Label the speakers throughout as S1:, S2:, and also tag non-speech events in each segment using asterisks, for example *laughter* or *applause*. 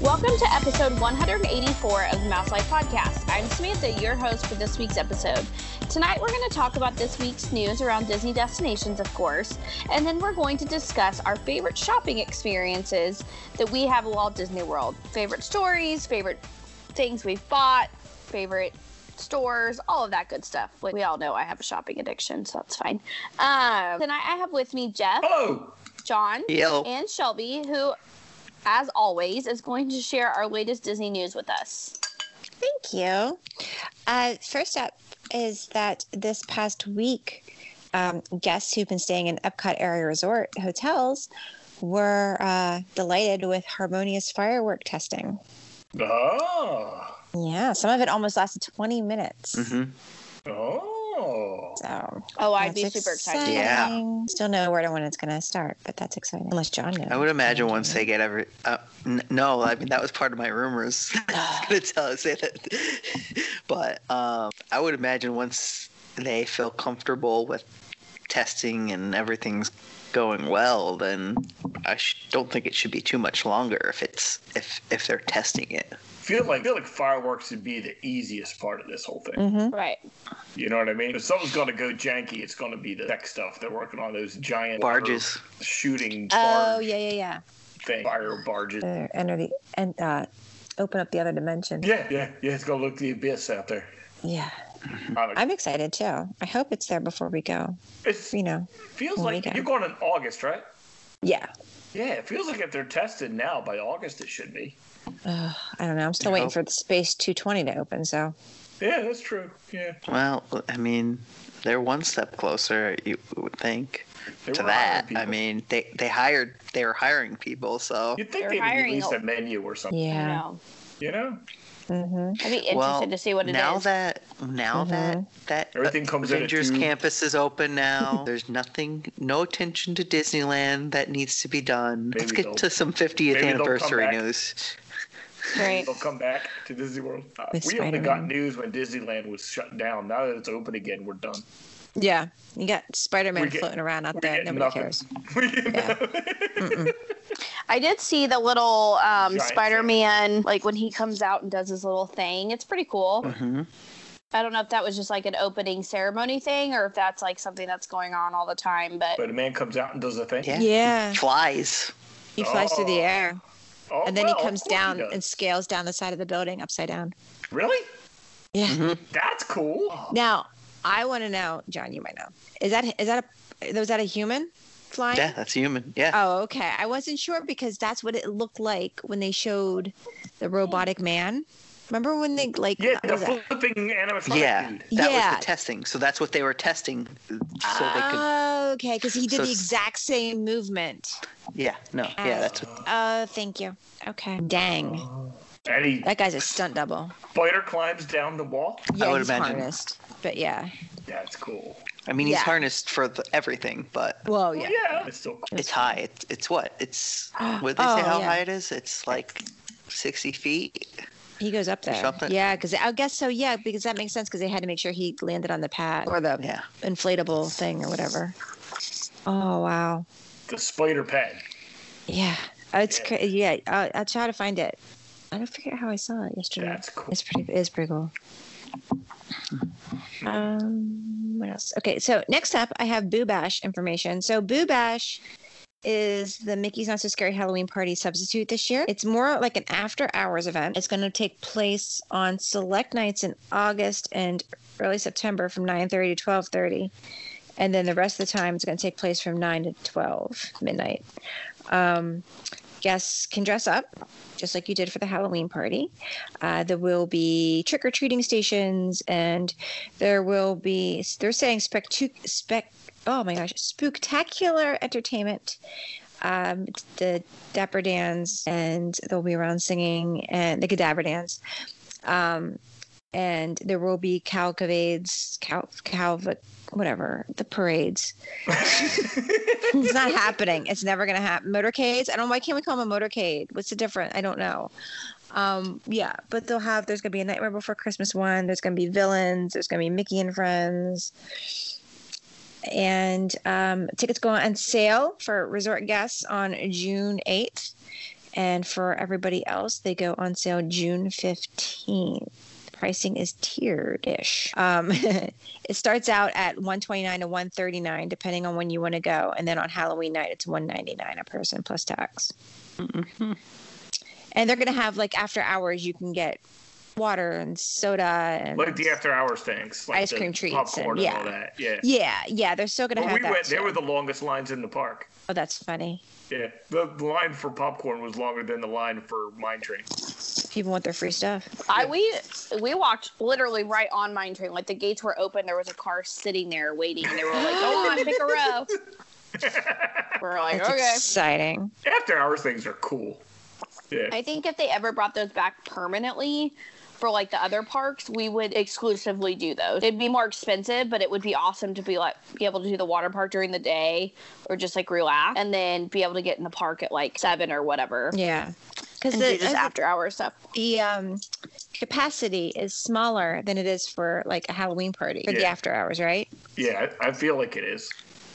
S1: Welcome to episode 184 of the Mouse Life Podcast. I'm Samantha, your host for this week's episode. Tonight, we're going to talk about this week's news around Disney destinations, of course, and then we're going to discuss our favorite shopping experiences that we have at Walt Disney World favorite stories, favorite things we've bought, favorite stores, all of that good stuff. We we all know I have a shopping addiction, so that's fine. Um, tonight, I have with me Jeff,
S2: Hello.
S1: John,
S3: Yo.
S1: and Shelby, who, as always, is going to share our latest Disney news with us.
S4: Thank you. Uh, first up is that this past week, um, guests who've been staying in Epcot area resort hotels were uh, delighted with harmonious firework testing.
S2: Oh.
S4: Yeah, some of it almost lasted 20 minutes.
S3: hmm
S2: Oh.
S4: So
S1: Oh, I'd be
S4: that's
S1: super excited.
S3: Yeah.
S4: exciting. Still no word on when it's going to start, but that's exciting. Unless John knows.
S3: I would imagine
S4: John
S3: once
S4: knows.
S3: they get every. Uh, n- no, I mean that was part of my rumors. *laughs* I
S2: Ah.
S3: was gonna tell say that, *laughs* but um, I would imagine once they feel comfortable with testing and everything's going well, then I sh- don't think it should be too much longer if it's if if they're testing it.
S2: Feel like feel like fireworks would be the easiest part of this whole thing.
S3: Mm.
S4: Mhm.
S1: Right.
S2: You know what I mean? If something's gonna go janky, it's gonna be the tech stuff they're working on those giant
S3: Barges.
S2: shooting
S4: Oh,
S2: barge
S4: yeah, Uh, yeah, yeah.
S2: thing, fire barges.
S4: They're enter the, and, uh, open up the other dimension.
S2: Yeah, yeah, yeah. It's gonna look the abyss out there.
S4: yeah.
S2: I'm-
S4: I'm excited too. I hope it's there before we go.
S2: it's-
S4: You
S2: It
S4: know,
S2: feels
S4: There we
S2: like
S4: go.
S2: you're going in August, right?
S4: yeah.
S2: Yeah, it feels like if they're tested now by August, it should be.
S4: Ugh, I don't know. I'm still waiting
S3: hope.
S4: for the Space 220 to open. So
S2: Yeah, that's true. Yeah,
S3: Well, I mean they're one step closer. You would think
S2: they
S3: to
S2: were hiring
S3: that. I
S2: people.
S3: mean they they hired they were hiring people, so
S2: you'd think
S1: They're
S2: they would
S1: hiring
S2: release
S1: a-
S2: a menu or something.
S1: I
S4: yeah.
S1: know.
S2: You know,
S4: hmm
S1: I'd be interested to see what it is.
S3: now that now that that
S2: Everything comes in a
S3: Avengers
S2: tube.
S3: campus is open now. There's nothing, no attention to Disneyland that needs to be done. Let's
S2: Maybe
S3: get
S2: they'll-
S3: to some 50th
S2: maybe they'll come
S3: anniversary
S2: back.
S3: news.
S1: Great.
S2: They'll come back to Disney World. Uh, we
S4: With
S2: only got
S4: Spider-Man.
S2: news when Disneyland was shut down. Now that it's open again, we're done.
S4: Yeah. You got Spider
S2: We
S4: Man
S2: get-
S4: floating around out
S2: we
S4: there.
S2: get
S4: Nobody
S2: nothing.
S4: cares.
S2: *laughs* We can-
S4: Mm-mm.
S1: I did see the little um,
S2: Giant
S1: Spider-Man, like when he comes out and does his little thing. It's pretty cool.
S4: Mm-hmm.
S3: Mhm.
S1: I don't know if that was just like an opening ceremony thing or if that's like something that's going on all the time, but
S2: but a man comes out and does a thing.
S3: Yeah.
S4: Yeah.
S3: Flies.
S4: He flies through the
S2: Oh.
S4: air
S2: Oh,
S4: and then
S2: well,
S4: he
S2: of
S4: comes
S2: course
S4: down
S2: does.
S4: and scales down the side of the building upside down.
S2: really?
S4: Yeah.
S3: Mhm.
S2: That's cool. Oh,
S4: Now, I want to know, John, you might know. Is that is that a was that a human flying?
S3: Yeah, that's human. Yeah.
S4: Oh, okay. I wasn't sure because that's what it looked like when they showed the robotic man. Remember when they like
S2: yeah,
S4: what
S2: the
S4: was that?
S2: flipping animatronic
S3: yeah,
S2: dude.
S3: that
S4: Yeah.
S3: was the testing. So that's what they were testing, so they could.
S4: Oh, okay, because he did
S3: So
S4: the
S3: it's-
S4: exact same movement.
S3: Yeah, no, yeah, that's what,
S4: Oh, thank you. Okay. Dang.
S2: And he
S4: That guy's a stunt double.
S2: spider climbs down the wall.
S4: Yeah,
S3: would
S4: he's
S3: imagine.
S4: harnessed. But yeah.
S2: That's cool.
S3: I mean. He's
S4: yeah.
S3: harnessed for the, everything, but
S4: Whoa,
S2: Yeah,
S4: Oh, yeah.
S2: it's still cool.
S3: it's high. It's, it's what? It's what they
S4: Oh,
S3: say how
S4: yeah.
S3: high it is. It's like sixty feet.
S4: He goes up there.
S3: something.
S4: Yeah, because I guess so. Yeah, because that makes sense because they had to make sure he landed on the pad or the
S3: Yeah.
S4: inflatable thing or whatever. Oh, wow.
S2: The spider pad.
S4: Yeah. Oh, It's
S2: Yeah.
S4: cra Yeah. I'll, I'll try to find it. I don't forget how I saw it yesterday.
S2: That's cool.
S4: It's pretty. It's pretty cool. Um, what else? Okay, so next up, I have Boo Bash information. So Boo Bash is the Mickey's Not So Scary Halloween Party substitute this year. It's more like an after hours event. It's going to take place on select nights in August and early September from 9:30 to 12:30. And then the rest of the time, it's going to take place from 9 to 12 midnight. Um, guests can dress up just like you did for the Halloween party. Uh, there will be trick or treating stations, and there will be they're saying spectu- spec oh my gosh spectacular entertainment. Um, it's the Dapper Dans, and they'll be around singing and the Cadaver Dans. Um, and there will be calcavades, cal, cal, whatever, the parades. It's not happening. It's never going to happen. Motorcades. I don't. Why can't we call them a motorcade? What's the difference? I don't know. Um, yeah, but they'll have. There's going to be a Nightmare Before Christmas one. There's going to be villains. There's going to be Mickey and Friends. And um, tickets go on sale for resort guests on June 8th. And for everybody else, they go on sale June 15th. Pricing is tiered ish. Um, *laughs* it starts out at 129 to 139 depending on when you want to go. And then on Halloween night, it's 199 a person plus tax.
S3: Mhm.
S4: And they're going to have like after hours, you can get water and soda and
S2: Like the after hours things, like
S4: Ice
S2: the
S4: cream treats
S2: popcorn,
S4: and-
S2: and,
S4: yeah.
S2: all that. Yeah.
S4: Yeah, yeah, they're still gonna
S2: When
S4: have
S2: we
S4: that.
S2: went, they
S4: too.
S2: were the longest lines in the park.
S4: oh, that's funny.
S2: Yeah, the the line for popcorn was longer than the line for mine train.
S4: People want their free stuff.
S1: I we we walked literally right on Mine Train. Like the gates were open, there was a car sitting there waiting, and they were like, "Go on, pick a row." We're like,
S4: That's
S1: okay.
S4: exciting.
S2: After hours things are cool. Yeah,
S1: I think if they ever brought those back permanently for like the other parks, we would exclusively do those. It'd be more expensive, but it would be awesome to be like be able to do the water park during the day or just like relax and then be able to get in the park at like seven or whatever.
S4: Yeah, because
S1: And
S4: the,
S1: do just
S4: the,
S1: after hour stuff.
S4: the, um, capacity is smaller than it is for like a Halloween party for the
S2: Yeah.
S4: after hours, right?
S2: yeah, I, I feel like it is.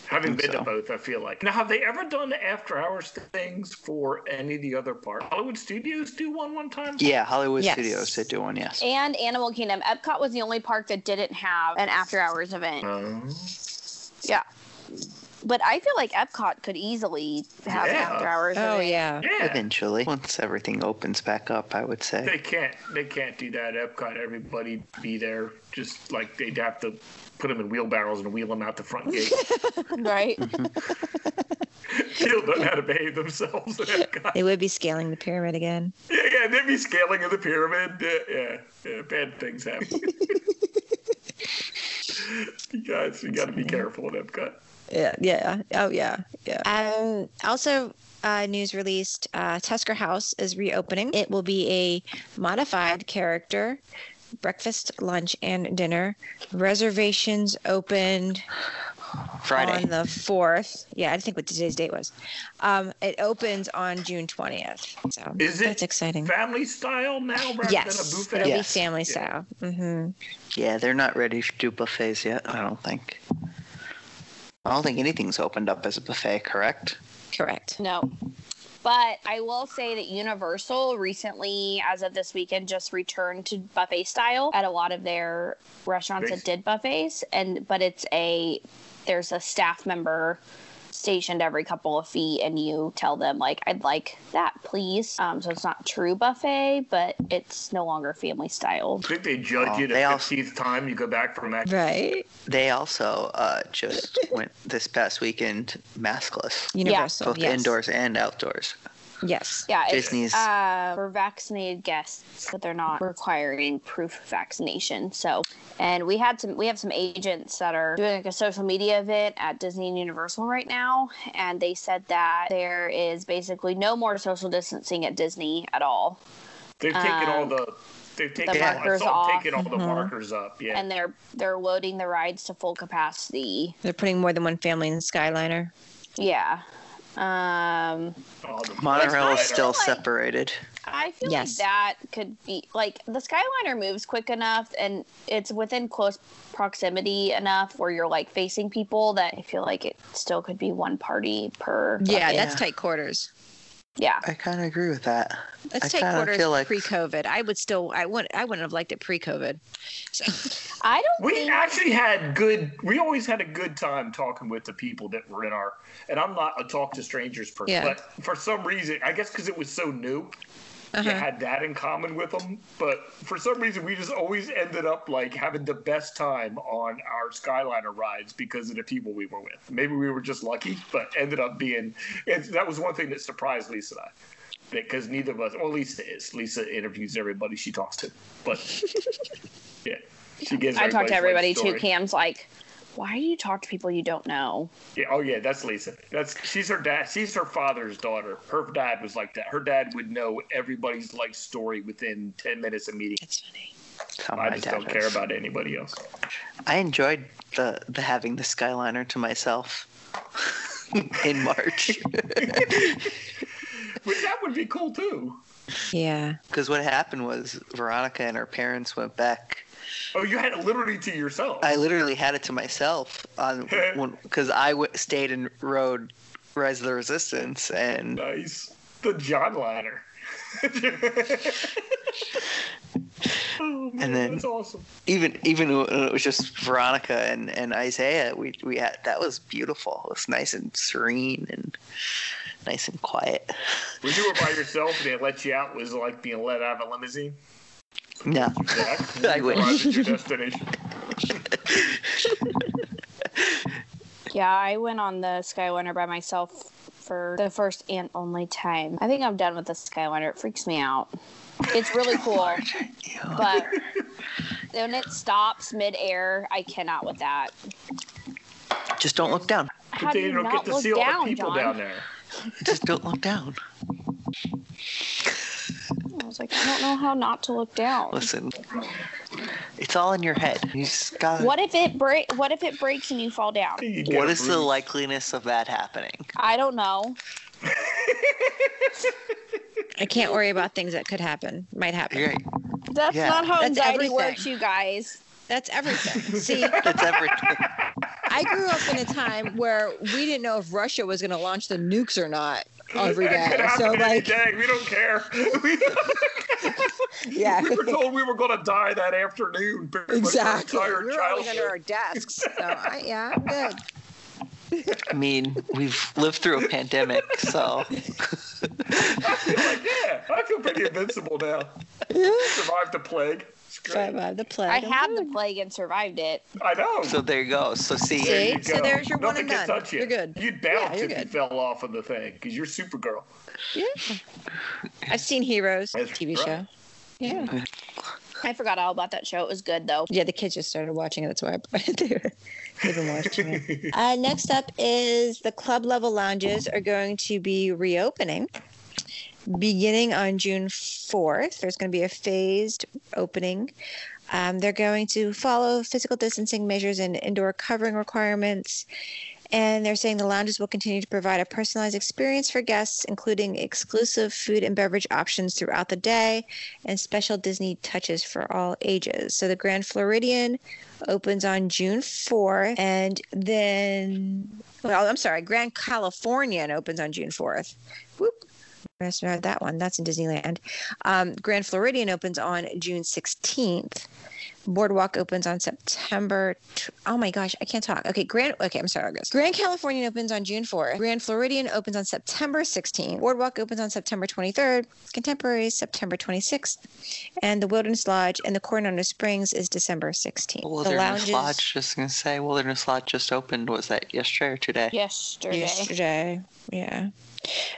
S2: Having
S3: Think
S2: been
S3: so.
S2: to both, I feel like. Now, have they ever done after hours things for any of the other parks? Hollywood Studios do one one time.
S3: Yeah, Hollywood
S4: Yes.
S3: Studios did do one. Yes.
S1: And Animal Kingdom. Epcot was the only park that didn't have an after hours event.
S2: Um,
S1: Yeah. But I feel like Epcot could easily have an
S2: Yeah.
S1: after hours.
S4: Oh
S1: event.
S4: yeah.
S2: yeah,
S3: Eventually, once everything opens back up, I would say.
S2: they can't. They can't do that. at Epcot, everybody be there. Just like they'd have to put them in wheelbarrows and wheel them out the
S3: *laughs*
S2: front gate.
S1: *laughs* Right?
S2: People don't know how to behave themselves at Epcot.
S4: They would be scaling the pyramid again.
S2: Yeah, yeah, they'd be scaling of the pyramid. Yeah, yeah, yeah bad things happen. you guys, you got to be careful at Epcot.
S4: Yeah, yeah. Oh yeah, yeah. Um, also, uh, news released: uh, Tusker House is reopening. It will be a modified character. Breakfast, lunch, and dinner. Reservations opened
S3: Friday.
S4: on the fourth. Yeah, I think what today's date was. Um, it opens on June twentieth. So
S2: Is it
S4: that's exciting.
S2: Family style now rather
S4: Yes,
S2: than a
S4: it'll
S2: buffet.
S4: be
S3: Yes.
S4: family
S2: Yeah.
S4: style. hmm
S3: Yeah, they're not ready to do buffets yet. I don't think. I don't think anything's opened up as a buffet, correct?
S4: Correct.
S1: No. But I will say that Universal recently, as of this weekend, just returned to buffet style at a lot of their restaurants
S2: Nice.
S1: that did buffets. And but it's a there's a staff member stationed every couple of feet, and you tell them like I'd like that, please. Um, so it's not true buffet, but it's no longer family style.
S2: I think they judge
S3: Oh,
S2: you the
S3: they all-
S2: 15th time you go back from that.
S4: Right.
S3: They also uh, just went this past weekend maskless,
S4: Universal.
S3: both
S4: yes.
S3: indoors and outdoors.
S4: Yes.
S1: Yeah, it's
S3: Disney's
S1: uh, for vaccinated guests, but they're not requiring proof of vaccination. So, and we had some, we have some agents that are doing like a social media event at Disney and Universal right now, and they said that there is basically no more social distancing at Disney at all,
S2: They've taken all
S1: Um,
S2: the. They've taken
S1: the
S2: all,
S1: markers
S2: I saw them
S1: off. Mm-hmm.
S2: taking all the
S4: Mhm.
S2: markers up. Yeah.
S1: and they're they're loading the rides to full capacity.
S4: They're putting more than one family in the Skyliner.
S1: Yeah. Um,
S2: all the
S3: Monorail is
S2: markers.
S3: still
S1: Like-
S3: separated.
S1: I feel
S4: Yes.
S1: like that could be like the Skyliner moves quick enough and it's within close proximity enough where you're like facing people that I feel like it still could be one party per.
S4: Yeah,
S3: Yeah.
S4: that's tight quarters.
S1: Yeah.
S3: I kind of agree with that.
S4: That's
S3: I
S4: tight
S3: kinda
S4: quarters
S3: feel like-
S4: pre-COVID. I would still. I would. I wouldn't have liked it pre-COVID. So *laughs*
S1: I don't
S2: We
S1: think.
S2: actually had good. We always had a good time talking with the people that were in our. And I'm not a talk to strangers person,
S4: Yeah.
S2: but for some reason, I guess because it was so new, you
S4: uh-huh.
S2: had that in common with them. But for some reason, we just always ended up like having the best time on our Skyliner rides because of the people we were with. Maybe we were just lucky, but ended up being. And that was one thing that surprised Lisa and I. Because neither of us, well, Lisa is. Lisa interviews everybody she talks to, but
S3: *laughs*
S2: yeah, she gives.
S1: I talked to everybody
S2: everybody's life
S1: too.
S2: story.
S1: Cam's like, why do you talk to people you don't know?
S2: Yeah, oh yeah, that's Lisa. That's she's her dad. She's her father's daughter. Her dad was like that. Her dad would know everybody's life story within ten minutes of meeting.
S4: That's funny.
S3: That's how my
S2: I just
S3: dad
S2: don't
S3: was.
S2: care about anybody else.
S3: I enjoyed the, the having the Skyliner to myself *laughs* in March.
S2: But that would be cool too.
S4: Yeah.
S3: Because what happened was Veronica and her parents went back.
S2: Oh, you had it literally to yourself.
S3: I literally had it to myself on because I w- stayed and rode Rise of the Resistance, and
S2: nice. the John *laughs* ladder. oh, man,
S3: And then-
S2: that's awesome.
S3: even even when it was just Veronica and, and Isaiah, we we had that was beautiful. It was nice and serene and nice and quiet.
S2: When you were by yourself, they let you out. Was it like being let out of a limousine?
S3: No, *laughs*
S2: Zach,
S3: I
S2: you
S3: wish.
S2: arrived at
S4: *laughs*
S2: your destination.
S1: Yeah, I went on the Skyliner by myself for the first and only time. I think I'm done with the Skyliner. It freaks me out. It's really cool, but when it stops midair, I cannot with that.
S3: just don't look down.
S1: How do
S2: They
S1: you
S2: don't
S1: not
S2: get to
S1: look
S2: see all
S1: down,
S2: the people
S1: John?
S2: down there.
S3: Just don't look down.
S1: I was like, I don't know how not to look down.
S3: Listen, it's all in your head. You just got.
S1: What if it break? What if it breaks and you fall down?
S2: You gotta
S3: what is the
S2: breathe.
S3: likeliness of that happening?
S1: I don't know.
S4: I can't worry about things that could happen, might happen.
S3: You're right.
S1: That's
S3: Yeah.
S1: not how
S4: That's
S1: anxiety
S4: everything.
S1: works, you guys.
S4: That's
S3: *laughs*
S4: everything. See,
S3: It's everything.
S4: I grew up in a time where we didn't know if Russia was going to launch the nukes or not every
S2: That could
S4: day.
S2: happen
S4: So,
S2: any
S4: like,
S2: day. we don't care. *laughs* We,
S4: yeah,
S2: we were
S4: *laughs*
S2: told we were going to die that afternoon. pretty much our
S4: exactly. We
S2: entire
S4: were always under
S2: childhood.
S4: our desks.
S2: *laughs*
S4: So, I, yeah, I'm good.
S3: I mean, we've lived through a pandemic, so
S2: I feel like, yeah, I feel pretty invincible
S4: *laughs*
S2: now. Survived the plague. It's great.
S4: Survive the plague.
S1: I had the plague and survived it.
S2: I know.
S3: so there you go. So see,
S4: See?
S2: There you
S4: So
S2: go.
S4: there's your one
S2: Nothing
S4: and
S2: can
S4: done.
S2: touch you.
S4: You're good.
S2: You'd bounce
S4: Yeah, you're
S2: if you
S4: good.
S2: fell off of the thing because you're Supergirl.
S4: I've seen Heroes
S2: That's
S4: TV
S2: right.
S4: show. Yeah.
S1: I forgot all about that show. It was good though.
S4: Yeah, the kids just started watching it. *laughs* That's why I, they, they've been watching it. Uh, next up is the club level lounges are going to be reopening beginning on June 4th. There's going to be a phased opening. Um, they're going to follow physical distancing measures and indoor covering requirements. And they're saying the lounges will continue to provide a personalized experience for guests, including exclusive food and beverage options throughout the day and special Disney touches for all ages. So the Grand Floridian opens on June 4th, and then, well, I'm sorry, Grand Californian opens on June 4th. Whoop. I must have had that one. That's in Disneyland. Um, Grand Floridian opens on June 16th. Boardwalk opens on September. T- oh my gosh, I can't talk. Okay, Grand. Okay, I'm sorry. I'll go. Grand Californian opens on June 4th. Grand Floridian opens on September 16th. Boardwalk opens on September 23rd. Contemporary September 26th, and the Wilderness Lodge and the Coronado Springs is December 16th. the
S3: Wilderness
S4: lounges
S3: Lodge. Just gonna say, Wilderness Lodge just opened. Was that yesterday or today?
S1: Yesterday.
S4: yesterday. Yeah.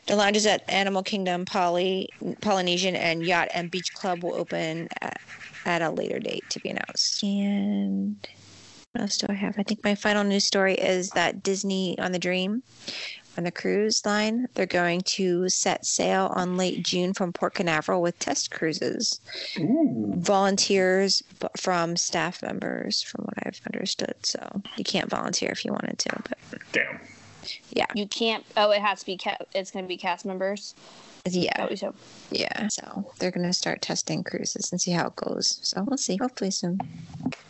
S4: The lounges at Animal Kingdom, Poly, Polynesian, and Yacht and Beach Club will open at, at a later date to be announced. And what else do I have? I think my final news story is that Disney on the Dream, on the cruise line, they're going to set sail on late June from Port Canaveral with test cruises,
S2: Ooh.
S4: volunteers b- from staff members, from what I've understood. So you can't volunteer if you wanted to, but
S2: Damn.
S1: You can't. Oh, it has to be. Ca- it's going to be cast members.
S4: yeah.
S1: That was so.
S4: Yeah. So they're going to start testing cruises and see how it goes. So we'll see. Hopefully soon.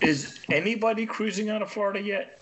S2: Is anybody cruising out of Florida yet?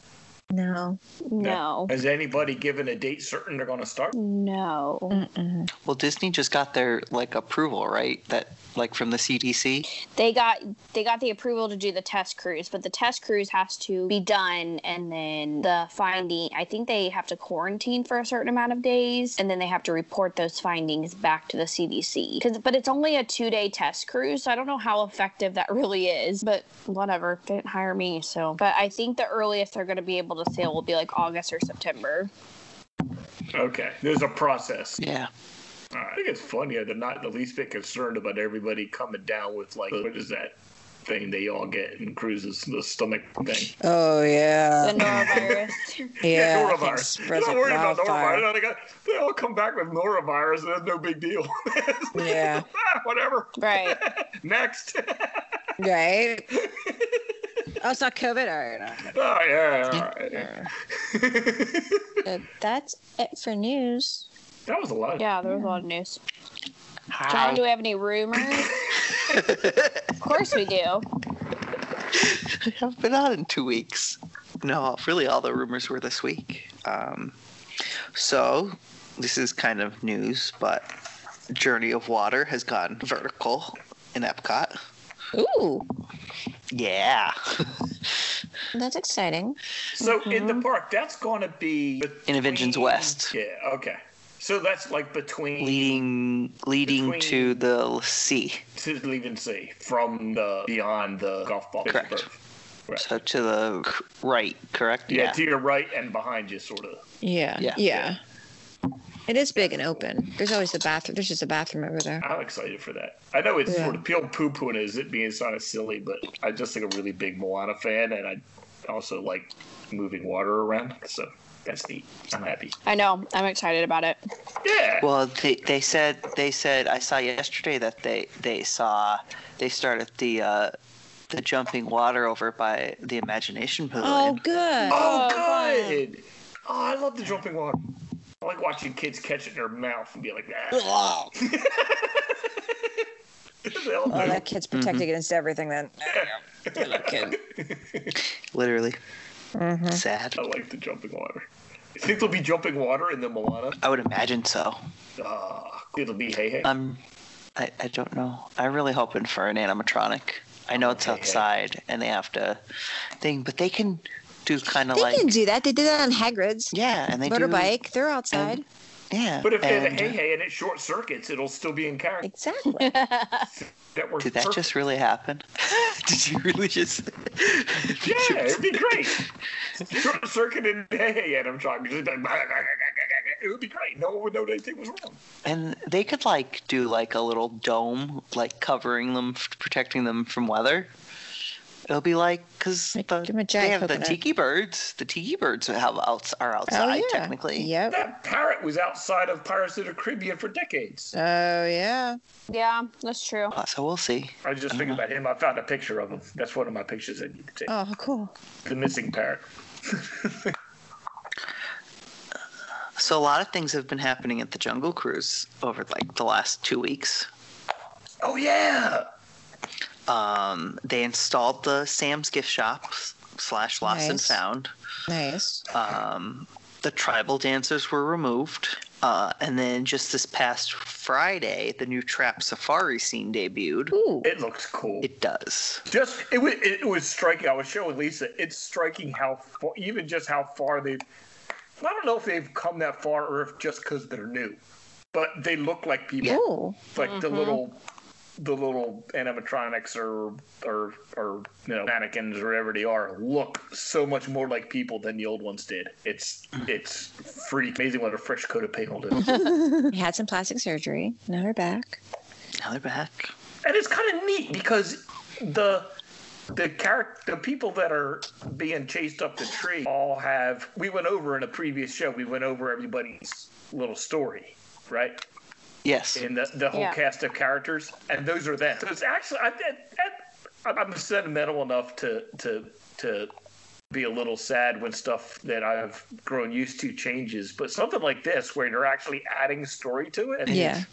S4: No.
S1: No.
S2: Has anybody given a date certain they're going to start?
S1: No.
S4: Mm-mm.
S3: Well, Disney just got their like approval, right? That like from the CDC.
S1: They got they got the approval to do the test cruise, but the test cruise has to be done, and then the finding. I think they have to quarantine for a certain amount of days, and then they have to report those findings back to the CDC. 'Cause- but it's only a two day test cruise, so I don't know how effective that really is. But whatever, they didn't hire me, so. But I think the earliest they're going to be able to sail will be like August or September.
S2: Okay. There's a process.
S3: Yeah.
S2: All right. I think it's funny. that They're not the least bit concerned about everybody coming down with, like, what is that thing they all get in cruises? The stomach thing.
S4: Oh,
S1: The
S4: yeah.
S1: *laughs* norovirus.
S4: Yeah. I think
S2: norovirus. You're
S4: spreads
S2: not
S4: like
S2: worried about
S4: wildfire.
S2: norovirus. They, got, they all come back with norovirus, and that's no big deal. *laughs*
S4: *laughs* Yeah.
S2: Ah, Whatever.
S1: Right.
S2: Next. *laughs* oh,
S4: *laughs* Right. Oh, it's not COVID. All right.
S2: Ah, yeah. all right.
S4: So that's it for news.
S2: that was a lot.
S1: Yeah, there was a lot of news. John,
S3: Hi.
S1: do we have any
S3: *laughs*
S1: rumors? of course we do.
S3: I've been on in two weeks. No, really, all the rumors were this week. Um, so this is kind of news, but Journey of Water has gone vertical in Epcot.
S4: Ooh,
S3: Yeah.
S4: that's exciting.
S2: So in the park, that's going to be
S3: Interventions
S2: between-
S3: West.
S2: Yeah. Okay. So that's like between
S3: Leading leading
S2: Between-
S3: to the sea.
S2: to leave and see from the beyond the golf ball.
S3: Correct.
S2: Right.
S3: So to the c- right, correct?
S2: Yeah, to your right and behind you, sort of.
S4: Yeah.
S3: Yeah.
S4: Yeah. It is big and open. There's always a bathroom. There's just a bathroom over there.
S2: I'm excited for that. I know it's
S4: Yeah.
S2: sort of peel poo poo is it being sort of silly, but I just think I'm a really big Moana fan, and I also like moving water around. So that's neat. I'm happy.
S1: I know. I'm excited about it.
S2: Yeah.
S3: Well, they, they said they said I saw yesterday that they they saw they started the uh, the jumping water over by the Imagination
S4: Oh,
S3: Pavilion.
S4: good.
S2: oh,
S1: Oh,
S2: good. Oh, I love the jumping water. I like watching kids catch it in their mouth and be like, ah. *laughs*
S3: Wow.
S2: They'll
S4: Oh,
S2: move.
S4: that kid's protected against everything then. Good luck, kid.
S3: Literally
S4: Mhm.
S3: sad.
S2: I like the jumping water. You think they'll be jumping water in the Moana?
S3: I would imagine so.
S2: Ah, it'll be hey hey.
S3: Um, I I don't know. I'm really hoping for an animatronic. I know it's
S2: Okay.
S3: outside and they have to thing, but they can do kind of
S4: They
S3: like
S4: can do that. They did that on Hagrid's
S3: yeah, and they
S4: motorbike. They're outside.
S3: do yeah.
S2: but if they have a
S3: and,
S2: hey hey and it short circuits, it'll still be in character.
S4: Exactly.
S2: That works
S3: Did that
S2: perfect.
S3: just really happen? *laughs* Did you really just? Did you-
S2: Yeah, it'd be great.
S3: *laughs*
S2: Short circuited hey hey animatronic. Just like, it would be great. No one would know anything was wrong.
S3: And they could like do like a little dome, like covering them, f- protecting them from weather. It'll be like because
S4: Like, give 'em a
S3: the,
S4: giant
S3: they have the
S4: coconut. Oh,
S3: tiki birds. The tiki birds have outs are outside technically.
S4: Yep.
S2: That parrot was outside of Pirates of the Caribbean for decades.
S4: Oh yeah.
S1: Yeah, that's true.
S3: Uh, So we'll see.
S2: I was just thinking about him. I found a picture of him. That's one of my pictures I need to take.
S4: Oh cool.
S2: The missing parrot.
S3: So a lot of things have been happening at the Jungle Cruise over like the last two weeks.
S2: Oh yeah.
S3: Um, they installed the Sam's gift shop s- slash Lost and
S4: Nice.
S3: Found.
S4: Nice.
S3: um, the tribal dancers were removed. Uh, and then just this past Friday, the new Trap Safari scene debuted.
S4: Ooh.
S2: It looks cool.
S3: It does.
S2: just it was it was striking. I was showing Lisa. It's striking how far, even just how far they've. I don't know if they've come that far or if just because they're new, but they look like people.
S4: Ooh.
S2: Like the
S1: Mhm.
S2: little, the little animatronics or or or you know mannequins or whatever they are look so much more like people than the old ones did. It's it's pretty amazing what a fresh coat of paint will do.
S4: He had some plastic surgery. Now we're back.
S3: Now they're back.
S2: and it's kind of neat because the the character the people that are being chased up the tree all have we went over in a previous show we went over everybody's little story right
S3: Yes.
S2: in the, the whole
S1: Yeah.
S2: cast of characters and those are them so it's actually I, I, I, i'm sentimental enough to to to be a little sad when stuff that i've grown used to changes but something like this where they're actually adding story to it
S4: Yeah.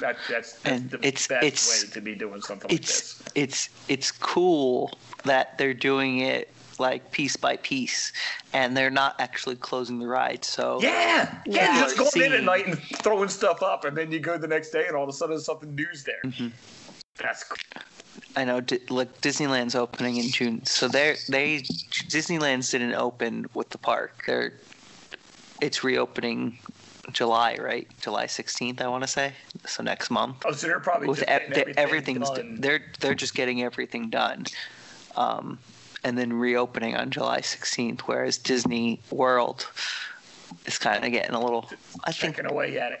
S2: that, that's, that's
S3: And
S2: the
S3: it's-
S2: best
S3: it's-
S2: way to be doing something like this
S3: It's it's it's cool that they're doing it like piece by piece, and they're not actually closing the ride. So
S2: Yeah, yeah,
S4: Yeah.
S2: you're just going in at
S3: See.
S2: night and throwing stuff up, and then you go the next day, and all of a sudden something new's there.
S3: Mhm.
S2: That's cool.
S3: I know. Di- look, Disneyland's opening in June, so they they Disneyland's didn't open with the park. They're it's reopening July, right? July sixteenth, I want to say. So next month,
S2: Oh, so they're probably
S3: with
S2: just
S3: ev-
S2: getting
S3: they're- everything's
S2: done.
S3: they're they're just getting everything done, um, and then reopening on July sixteenth. Whereas Disney World is kind of getting a little. I think
S2: checking away at it.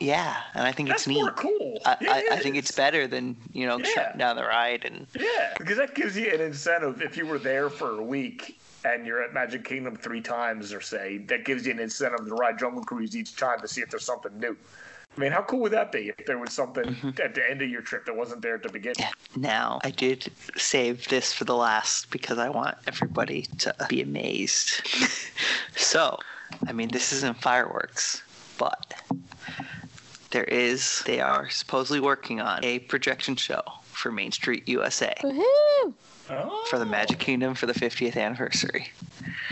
S3: yeah, and I think
S2: That's
S3: it's neat.
S2: more cool.
S3: I,
S2: Yeah,
S3: I, I
S2: it
S3: think
S2: is.
S3: it's better than you know
S2: Yeah.
S3: shutting down the ride and
S2: yeah, because that gives you an incentive if you were there for a week. And you're at Magic Kingdom three times, or say that gives you an incentive to ride Jungle Cruise each time to see if there's something new. I mean, how cool would that be if there was something at the end of your trip that wasn't there at the beginning?
S3: Mm-hmm. Yeah. Now, I did save this for the last because I want everybody to be amazed. *laughs* so, I mean, this isn't fireworks, but there is, they are supposedly working on a projection show for Main Street USA
S1: Woohoo!
S2: Oh.
S3: for the Magic Kingdom for the 50th anniversary.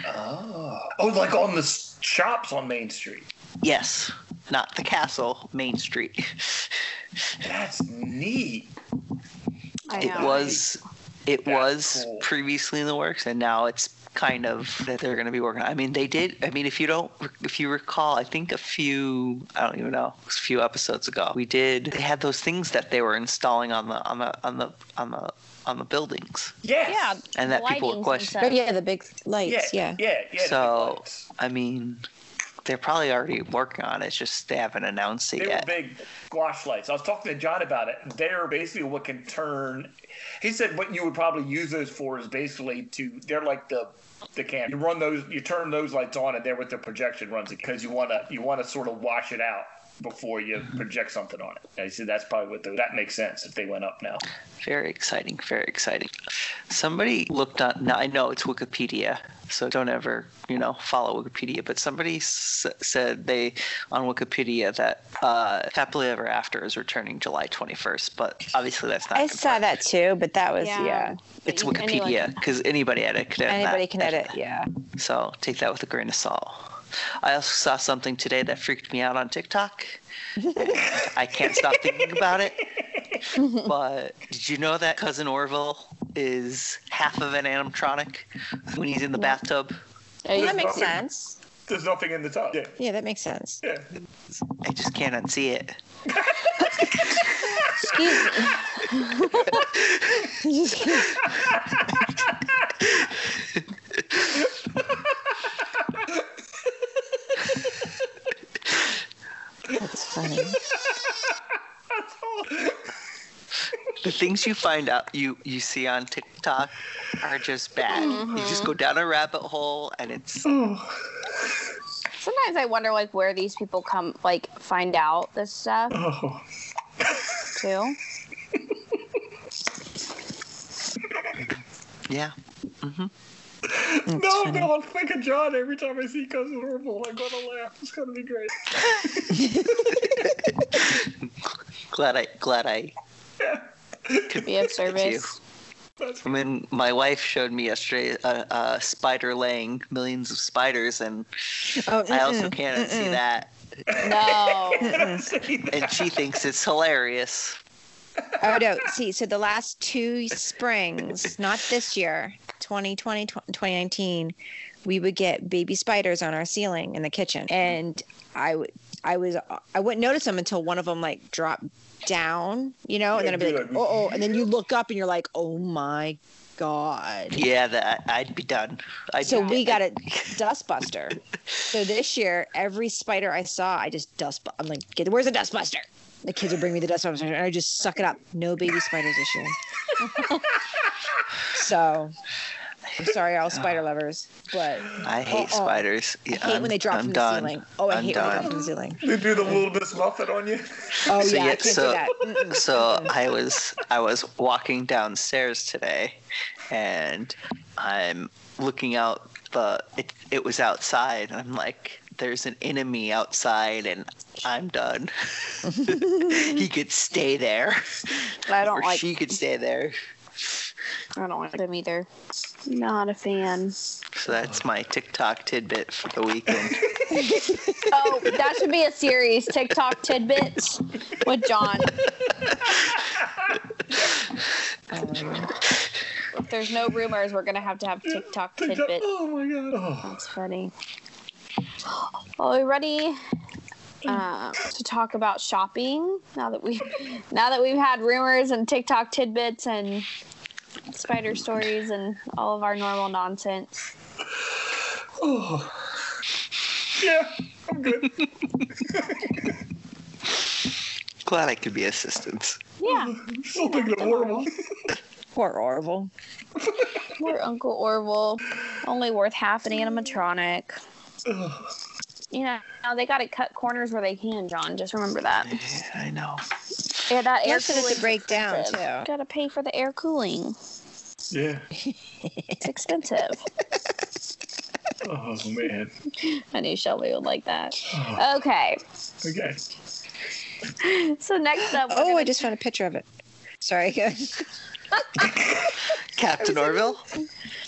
S2: Oh. oh, like on the s- shops on Main Street.
S3: Yes. not the castle, Main Street. *laughs*
S2: That's neat.
S1: I
S3: It
S1: know.
S3: was it
S2: That's
S3: was
S2: cool.
S3: previously in the works and now it's kind of that they're going to be working on. I mean, they did I mean, if you don't if you recall, I think a few I don't even know, a few episodes ago, we did they had those things that they were installing on the on the on the on the on the buildings.
S2: Yes.
S1: Yeah.
S3: And that
S1: lightings
S3: people would
S1: and
S3: question.
S1: stuff.
S4: Oh, yeah, the big lights. Yeah.
S2: Yeah. Yeah. yeah
S3: So-
S2: the lights.
S3: I mean, they're probably already working on it. It's just they haven't announced it
S2: They
S3: yet.
S2: were big gouache lights. I was talking to John about it. They're basically what can turn. He said what you would probably use those for is basically to. They're like the the camera. You run those. You turn those lights on, and they're what the projection runs because you want to you want to sort of wash it out before you
S3: Mm-hmm.
S2: project something on it. And he said that's probably what the, that makes sense if they went up now.
S3: Very exciting. Very exciting. Somebody looked on. Now I know it's Wikipedia, so don't ever you know follow Wikipedia. But somebody s- said they on Wikipedia that uh, Happily Ever After is returning July 21st. But obviously that's not.
S5: I saw
S3: confirmed.
S5: that too, but that was
S1: Yeah.
S5: yeah.
S1: But
S3: It's
S1: you- anyone-
S3: Wikipedia because anybody edit could edit that.
S5: Anybody can edit. Yeah.
S3: So take that with a grain of salt. I also saw something today that freaked me out on TikTok. I can't stop thinking about it. But did you know that cousin Orville is half of an animatronic when he's in the bathtub?
S4: Well, that
S2: There's
S4: makes
S2: nothing-
S4: sense.
S2: There's nothing in the tub. Yeah.
S4: Yeah, that makes sense.
S2: Yeah.
S3: I just can't unsee it.
S4: Excuse me. You just- That's funny.
S3: The things you find out you you see on TikTok are just bad. You just go down a rabbit hole and it's
S1: Sometimes I wonder like where these people come like find out this stuff
S2: Oh.
S1: too.
S3: yeah. hmm
S2: No, no, I'm thinking John every time I see Cousin Orville. I'm gonna laugh. It's gonna be great.
S3: Glad I glad I
S1: Be
S3: *laughs*
S1: of
S3: did you.
S1: service.
S2: That's
S3: I
S2: *laughs*
S3: mean, my wife showed me yesterday a, a spider laying millions of spiders, and
S4: Oh,
S3: I also
S4: mm-mm,
S3: can't see
S4: mm-mm.
S3: that.
S1: No.
S3: And she thinks it's hilarious.
S4: Oh no! See, so the last two springs, not this year, 2020, 2019, we would get baby spiders on our ceiling in the kitchen, and I would, I was, I wouldn't notice them until one of them like dropped down, you know, and then I'd be like,
S2: Yeah, good.
S4: oh, oh, and then you look up and you're like, oh my god.
S3: Yeah, that I'd be done. I'd
S4: So
S3: be
S4: we
S3: dead.
S4: got
S3: *laughs*
S4: a dustbuster. So this year, every spider I saw, I just dust. I'm like, "Get- where's the dustbuster? The kids would bring me the dustbuster, and I just suck it up. No baby spiders this year.
S3: *laughs*
S4: so I'm sorry,
S3: *sighs*
S4: all spider lovers, but
S3: I hate
S4: oh, oh.
S3: spiders. Yeah,
S4: I hate
S3: I'm-
S4: when they drop
S3: I'm
S4: from the
S3: done.
S4: ceiling. Oh,
S3: I'm
S4: I hate when they
S3: done.
S4: drop from the ceiling.
S2: They do the little Miss Muffet on you.
S4: Oh
S3: So yeah,
S4: yeah, I can't
S3: so-
S4: do that.
S3: *laughs*
S4: Mm-mm.
S3: So I was I was walking downstairs today, and I'm looking out the it, it was outside, and I'm like, there's an enemy outside, and I'm done. *laughs* he could stay there,
S1: I don't
S3: or
S1: like
S3: she could stay there.
S1: I don't like them either. Not a fan.
S3: So that's my TikTok tidbit for the weekend.
S1: Oh, that should be a series. TikTok tidbits with John.
S4: Um,
S1: If there's no rumors, we're gonna have to have TikTok *laughs* tidbits.
S2: Oh my god.
S1: That's funny. Well, are we ready uh, to talk about shopping now that we have now that we've had rumors and TikTok tidbits and spider stories and all of our normal nonsense.
S2: Oh. Yeah,
S1: *laughs*
S2: I'm good.
S3: Glad I could be assistance.
S1: Yeah,
S2: I'm still thinking of Orville.
S4: poor Orville.
S1: poor Uncle Orville, only worth half an animatronic.
S2: Oh.
S1: You know, now they got to cut corners where they can, John. Just remember that.
S3: Yeah, I know.
S1: Yeah, that air
S4: Yes, and it's
S1: cooling.
S4: a breakdown too.
S1: Got to pay for the air cooling.
S2: Yeah.
S1: It's
S4: *laughs*
S1: expensive.
S2: Oh man.
S1: I knew Shelby would like that.
S2: Oh,
S1: Okay.
S2: okay.
S1: So next up, we're
S4: Oh, I
S1: gonna-
S4: just found a picture of it. Sorry, *laughs*
S3: *laughs* Captain Orville,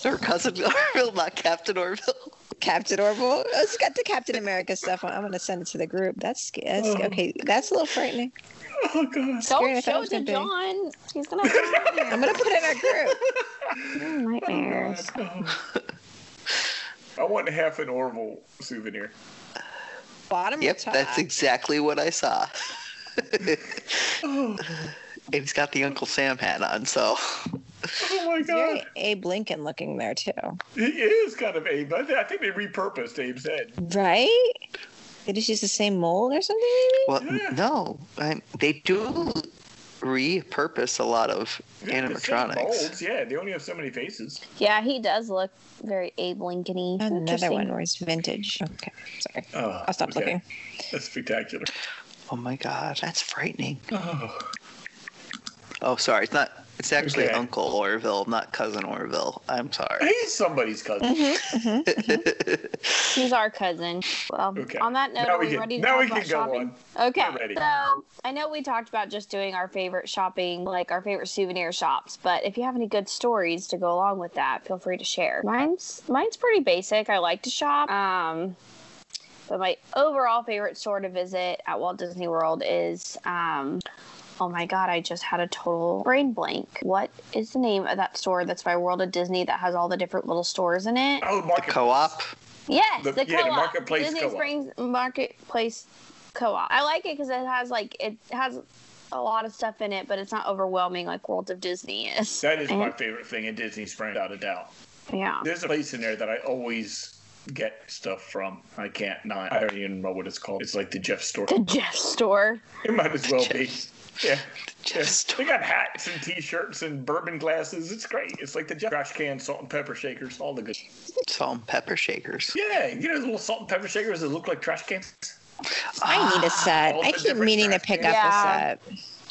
S3: or cousin Orville, not Captain Orville.
S4: Captain Orville. It's got the Captain America stuff. on. I'm gonna send it to the group. That's, that's
S2: Oh.
S4: okay. That's a little frightening.
S2: Oh
S4: Scary, I
S2: god.
S1: Don't
S4: thought it
S1: show
S4: was
S1: it to
S4: gonna be-
S1: John. He's gonna. have nightmares.
S4: I'm gonna put it in our group.
S1: Oh,
S4: *laughs*
S1: nightmares.
S2: Oh. I want half an Orville souvenir.
S4: Bottom
S3: Yep,
S4: or top.
S3: that's exactly what I saw. and
S2: Oh,
S3: he's got the Uncle Sam hat on, so *laughs*
S2: oh my god.
S4: Very Abe Lincoln looking there too.
S2: He is kind of Abe. I, th- I think they repurposed Abe's head.
S4: Right? They just use the same mold or something, maybe?
S3: well, n-
S2: Yeah.
S3: no, I, they do repurpose a lot of
S2: They have the same
S3: animatronics.
S2: molds, Yeah, they only have so many faces.
S1: Yeah, he does look very Abe Lincoln-y.
S4: Another
S1: Interesting.
S4: one where it's vintage. Okay, sorry.
S2: Oh,
S4: I'll stop
S2: okay.
S4: looking.
S2: That's spectacular.
S3: Oh my god, that's frightening.
S2: Oh,
S3: Oh, sorry, it's not. It's actually
S2: Okay.
S3: Uncle Orville, not Cousin Orville. I'm sorry.
S2: he's somebody's cousin.
S4: Mm-hmm,
S1: He's our cousin. Well,
S2: Okay.
S1: on that note,
S2: now
S1: are we
S2: we can,
S1: ready to
S2: now
S1: talk
S2: we
S1: about
S2: can go
S1: shopping?
S2: on.
S1: Okay,
S2: I'm ready.
S1: so I know we talked about just doing our favorite shopping, like our favorite souvenir shops, but if you have any good stories to go along with that, feel free to share. Mine's mine's pretty basic. I like to shop. Um but my overall favorite store to visit at Walt Disney World is um Oh my god, I just had a total brain blank. What is the name of that store that's by World of Disney that has all the different little stores in it?
S2: Oh,
S3: The
S2: market.
S3: co-op.
S1: Yes,
S2: The-
S1: the,
S2: yeah, the
S1: co-op.
S2: marketplace
S1: Disney
S2: co-op.
S1: Springs Marketplace Co-op. I like it because it has like it has a lot of stuff in it, but it's not overwhelming like World of Disney is.
S2: That is my
S1: And-
S2: favorite thing in Disney Springs, without a doubt.
S1: yeah.
S2: There's a place in there that I always get stuff from. I can't not. I don't even know what it's called. It's like the Jeff store.
S1: The *laughs* Jeff store.
S2: It might as well be.
S3: Jeff-
S2: Yeah.
S3: Jeff
S2: yeah.
S3: Store. *laughs*
S2: They got hats and T-shirts and bourbon glasses. It's great. It's like the Jeff trash can, salt and pepper shakers, all the good.
S3: Salt and pepper shakers.
S2: Yeah, you know those little salt and pepper shakers that look like trash cans.
S4: I need a set.
S2: all
S4: I
S2: the
S4: keep
S2: different
S4: meaning to
S2: trash
S4: pick
S2: cans.
S4: up
S1: Yeah.
S4: a set.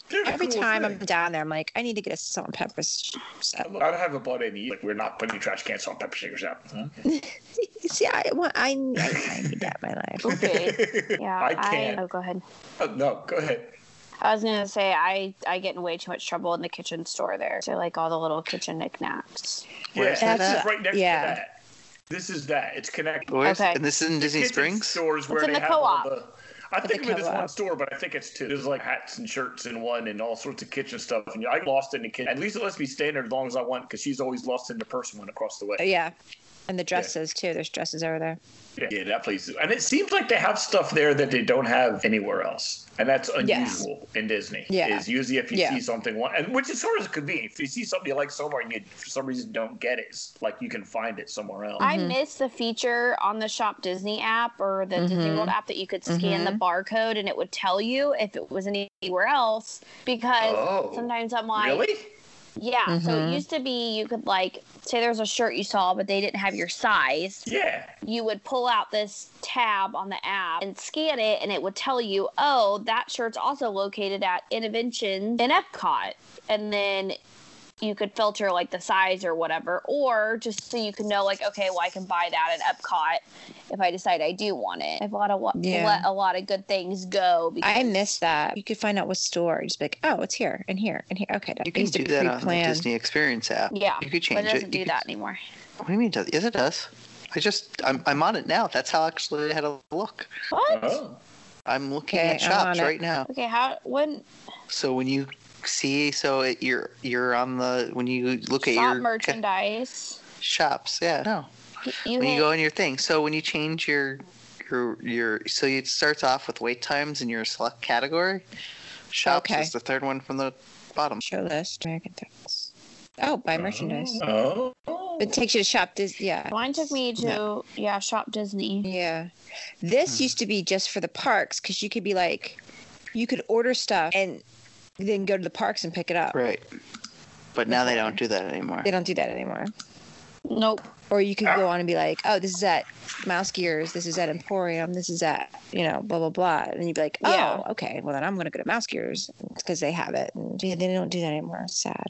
S2: They're the
S4: Every
S2: coolest
S4: time I'm
S2: thing.
S4: down there, I'm like, I need to get a salt and pepper sh- set.
S2: Look, I haven't bought any. Like we're not putting trash cans, salt and pepper shakers out. Huh?
S4: See, I want, I, I, I need that in my life.
S1: Okay.
S2: *laughs*
S1: Yeah.
S2: I can't.
S1: oh, go ahead.
S2: Oh, no, go ahead.
S1: I was gonna say I I get in way too much trouble in the kitchen store there. So like all the little kitchen knickknacks.
S2: Yeah,
S3: Where's that
S2: this is
S4: at?
S2: right next
S4: Yeah.
S2: to that. This is that. It's connected.
S3: Where's,
S1: Okay.
S3: And this is in Disney
S2: Kids'
S3: Springs.
S2: stores where
S1: It's in
S2: they
S1: the
S2: have
S1: co-op.
S2: all the. I
S4: the
S2: think it was just one
S4: co-op.
S2: store, but I think it's two. There's like hats and shirts in one, and all sorts of kitchen stuff. And I lost in the kitchen. At least it lets me stay in there as long as I want, because she's always lost in the person one across the way.
S4: Uh, Yeah. And the dresses, too. There's dresses over there.
S2: Yeah, yeah, that place. And it seems like they have stuff there that they don't have anywhere else, and that's
S4: Yes.
S2: unusual in Disney.
S4: Yeah.
S2: is usually if you
S4: Yeah.
S2: see something, one, and which is sort of convenient. If you see something you like somewhere and you for some reason don't get it, it's like you can find it somewhere else.
S1: I miss the feature on the Shop Disney app or the Disney
S4: Mhm.
S1: World app that you could scan
S4: Mhm.
S1: the barcode and it would tell you if it was anywhere else because
S2: Oh,
S1: sometimes I'm like,
S2: really?
S1: yeah. So it
S4: Mhm.
S1: used to be you could like say there's a shirt you saw but they didn't have your size.
S2: Yeah.
S1: You would pull out this tab on the app and scan it and it would tell you, oh, that shirt's also located at Intervention in Epcot, and then. You could filter like the size or whatever, or just so you can know, like, okay, well, I can buy that at Epcot if I decide I do want it. I've let a lot,
S4: Yeah.
S1: let a lot of good things go. Because
S4: I miss that. You could find out what store. Just be like, oh, it's here and here and here. Okay.
S3: You can
S4: used to
S3: do that on the
S4: pre-plan.
S3: Disney Experience app.
S1: Yeah,
S3: You could change
S1: but it doesn't
S3: You
S1: do
S3: could-
S1: that anymore.
S3: What do you mean? it Does yes, it does. I just I'm I'm on it now. That's how actually I had a look.
S1: What?
S2: Oh.
S3: I'm looking
S4: Okay,
S3: at
S4: I'm on
S3: shops
S4: it.
S3: right now.
S1: Okay, how when
S3: So when you see, so it, you're you're on the when you look at
S1: shop
S3: your
S1: merchandise,
S3: shops. Yeah, no.
S1: y- you
S3: when
S1: hit,
S3: you go on your thing. So when you change your your your so it starts off with wait times in your select category. Shops
S4: Okay.
S3: is the third one from the bottom.
S4: Show list. American things. Oh, buy merchandise.
S2: Oh.
S4: It takes you to shop. Dis- yeah.
S1: mine took me to yeah,
S3: Yeah.
S1: shop Disney.
S4: Yeah. This
S3: Hmm.
S4: used to be just for the parks because you could be like, you could order stuff and then go to the parks and pick it up.
S3: Right. But now they don't do that anymore.
S4: They don't do that anymore.
S1: Nope.
S4: Or you could go
S2: Ah.
S4: on and be like, oh, this is at Mouse Gears. This is at Emporium. This is at, you know, blah, blah, blah. And you'd be like, oh,
S1: Yeah.
S4: okay. Well, then I'm going to go to Mouse Gears because they have it. And yeah, they don't do that anymore. It's sad.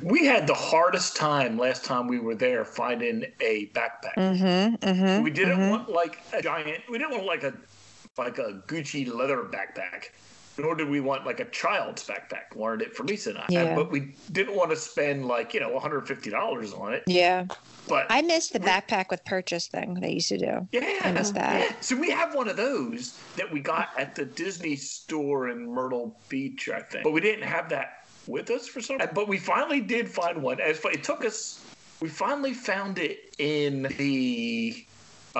S2: We had the hardest time last time we were there finding a backpack.
S4: Mm hmm. Mm hmm.
S2: We didn't want like a giant. We didn't want like a like a Gucci leather backpack. nor did we want like a child's backpack. Wanted it for Lisa and I,
S4: Yeah.
S2: but we didn't want to spend like you know 150 dollars on it.
S4: Yeah.
S2: But
S4: I missed the
S2: We-
S4: backpack with purchase thing they used to do.
S2: yeah,
S4: I missed that.
S2: yeah. So we have one of those that we got at the Disney store in Myrtle Beach, I think. But we didn't have that with us for some. But we finally did find one. As it took us, we finally found it in the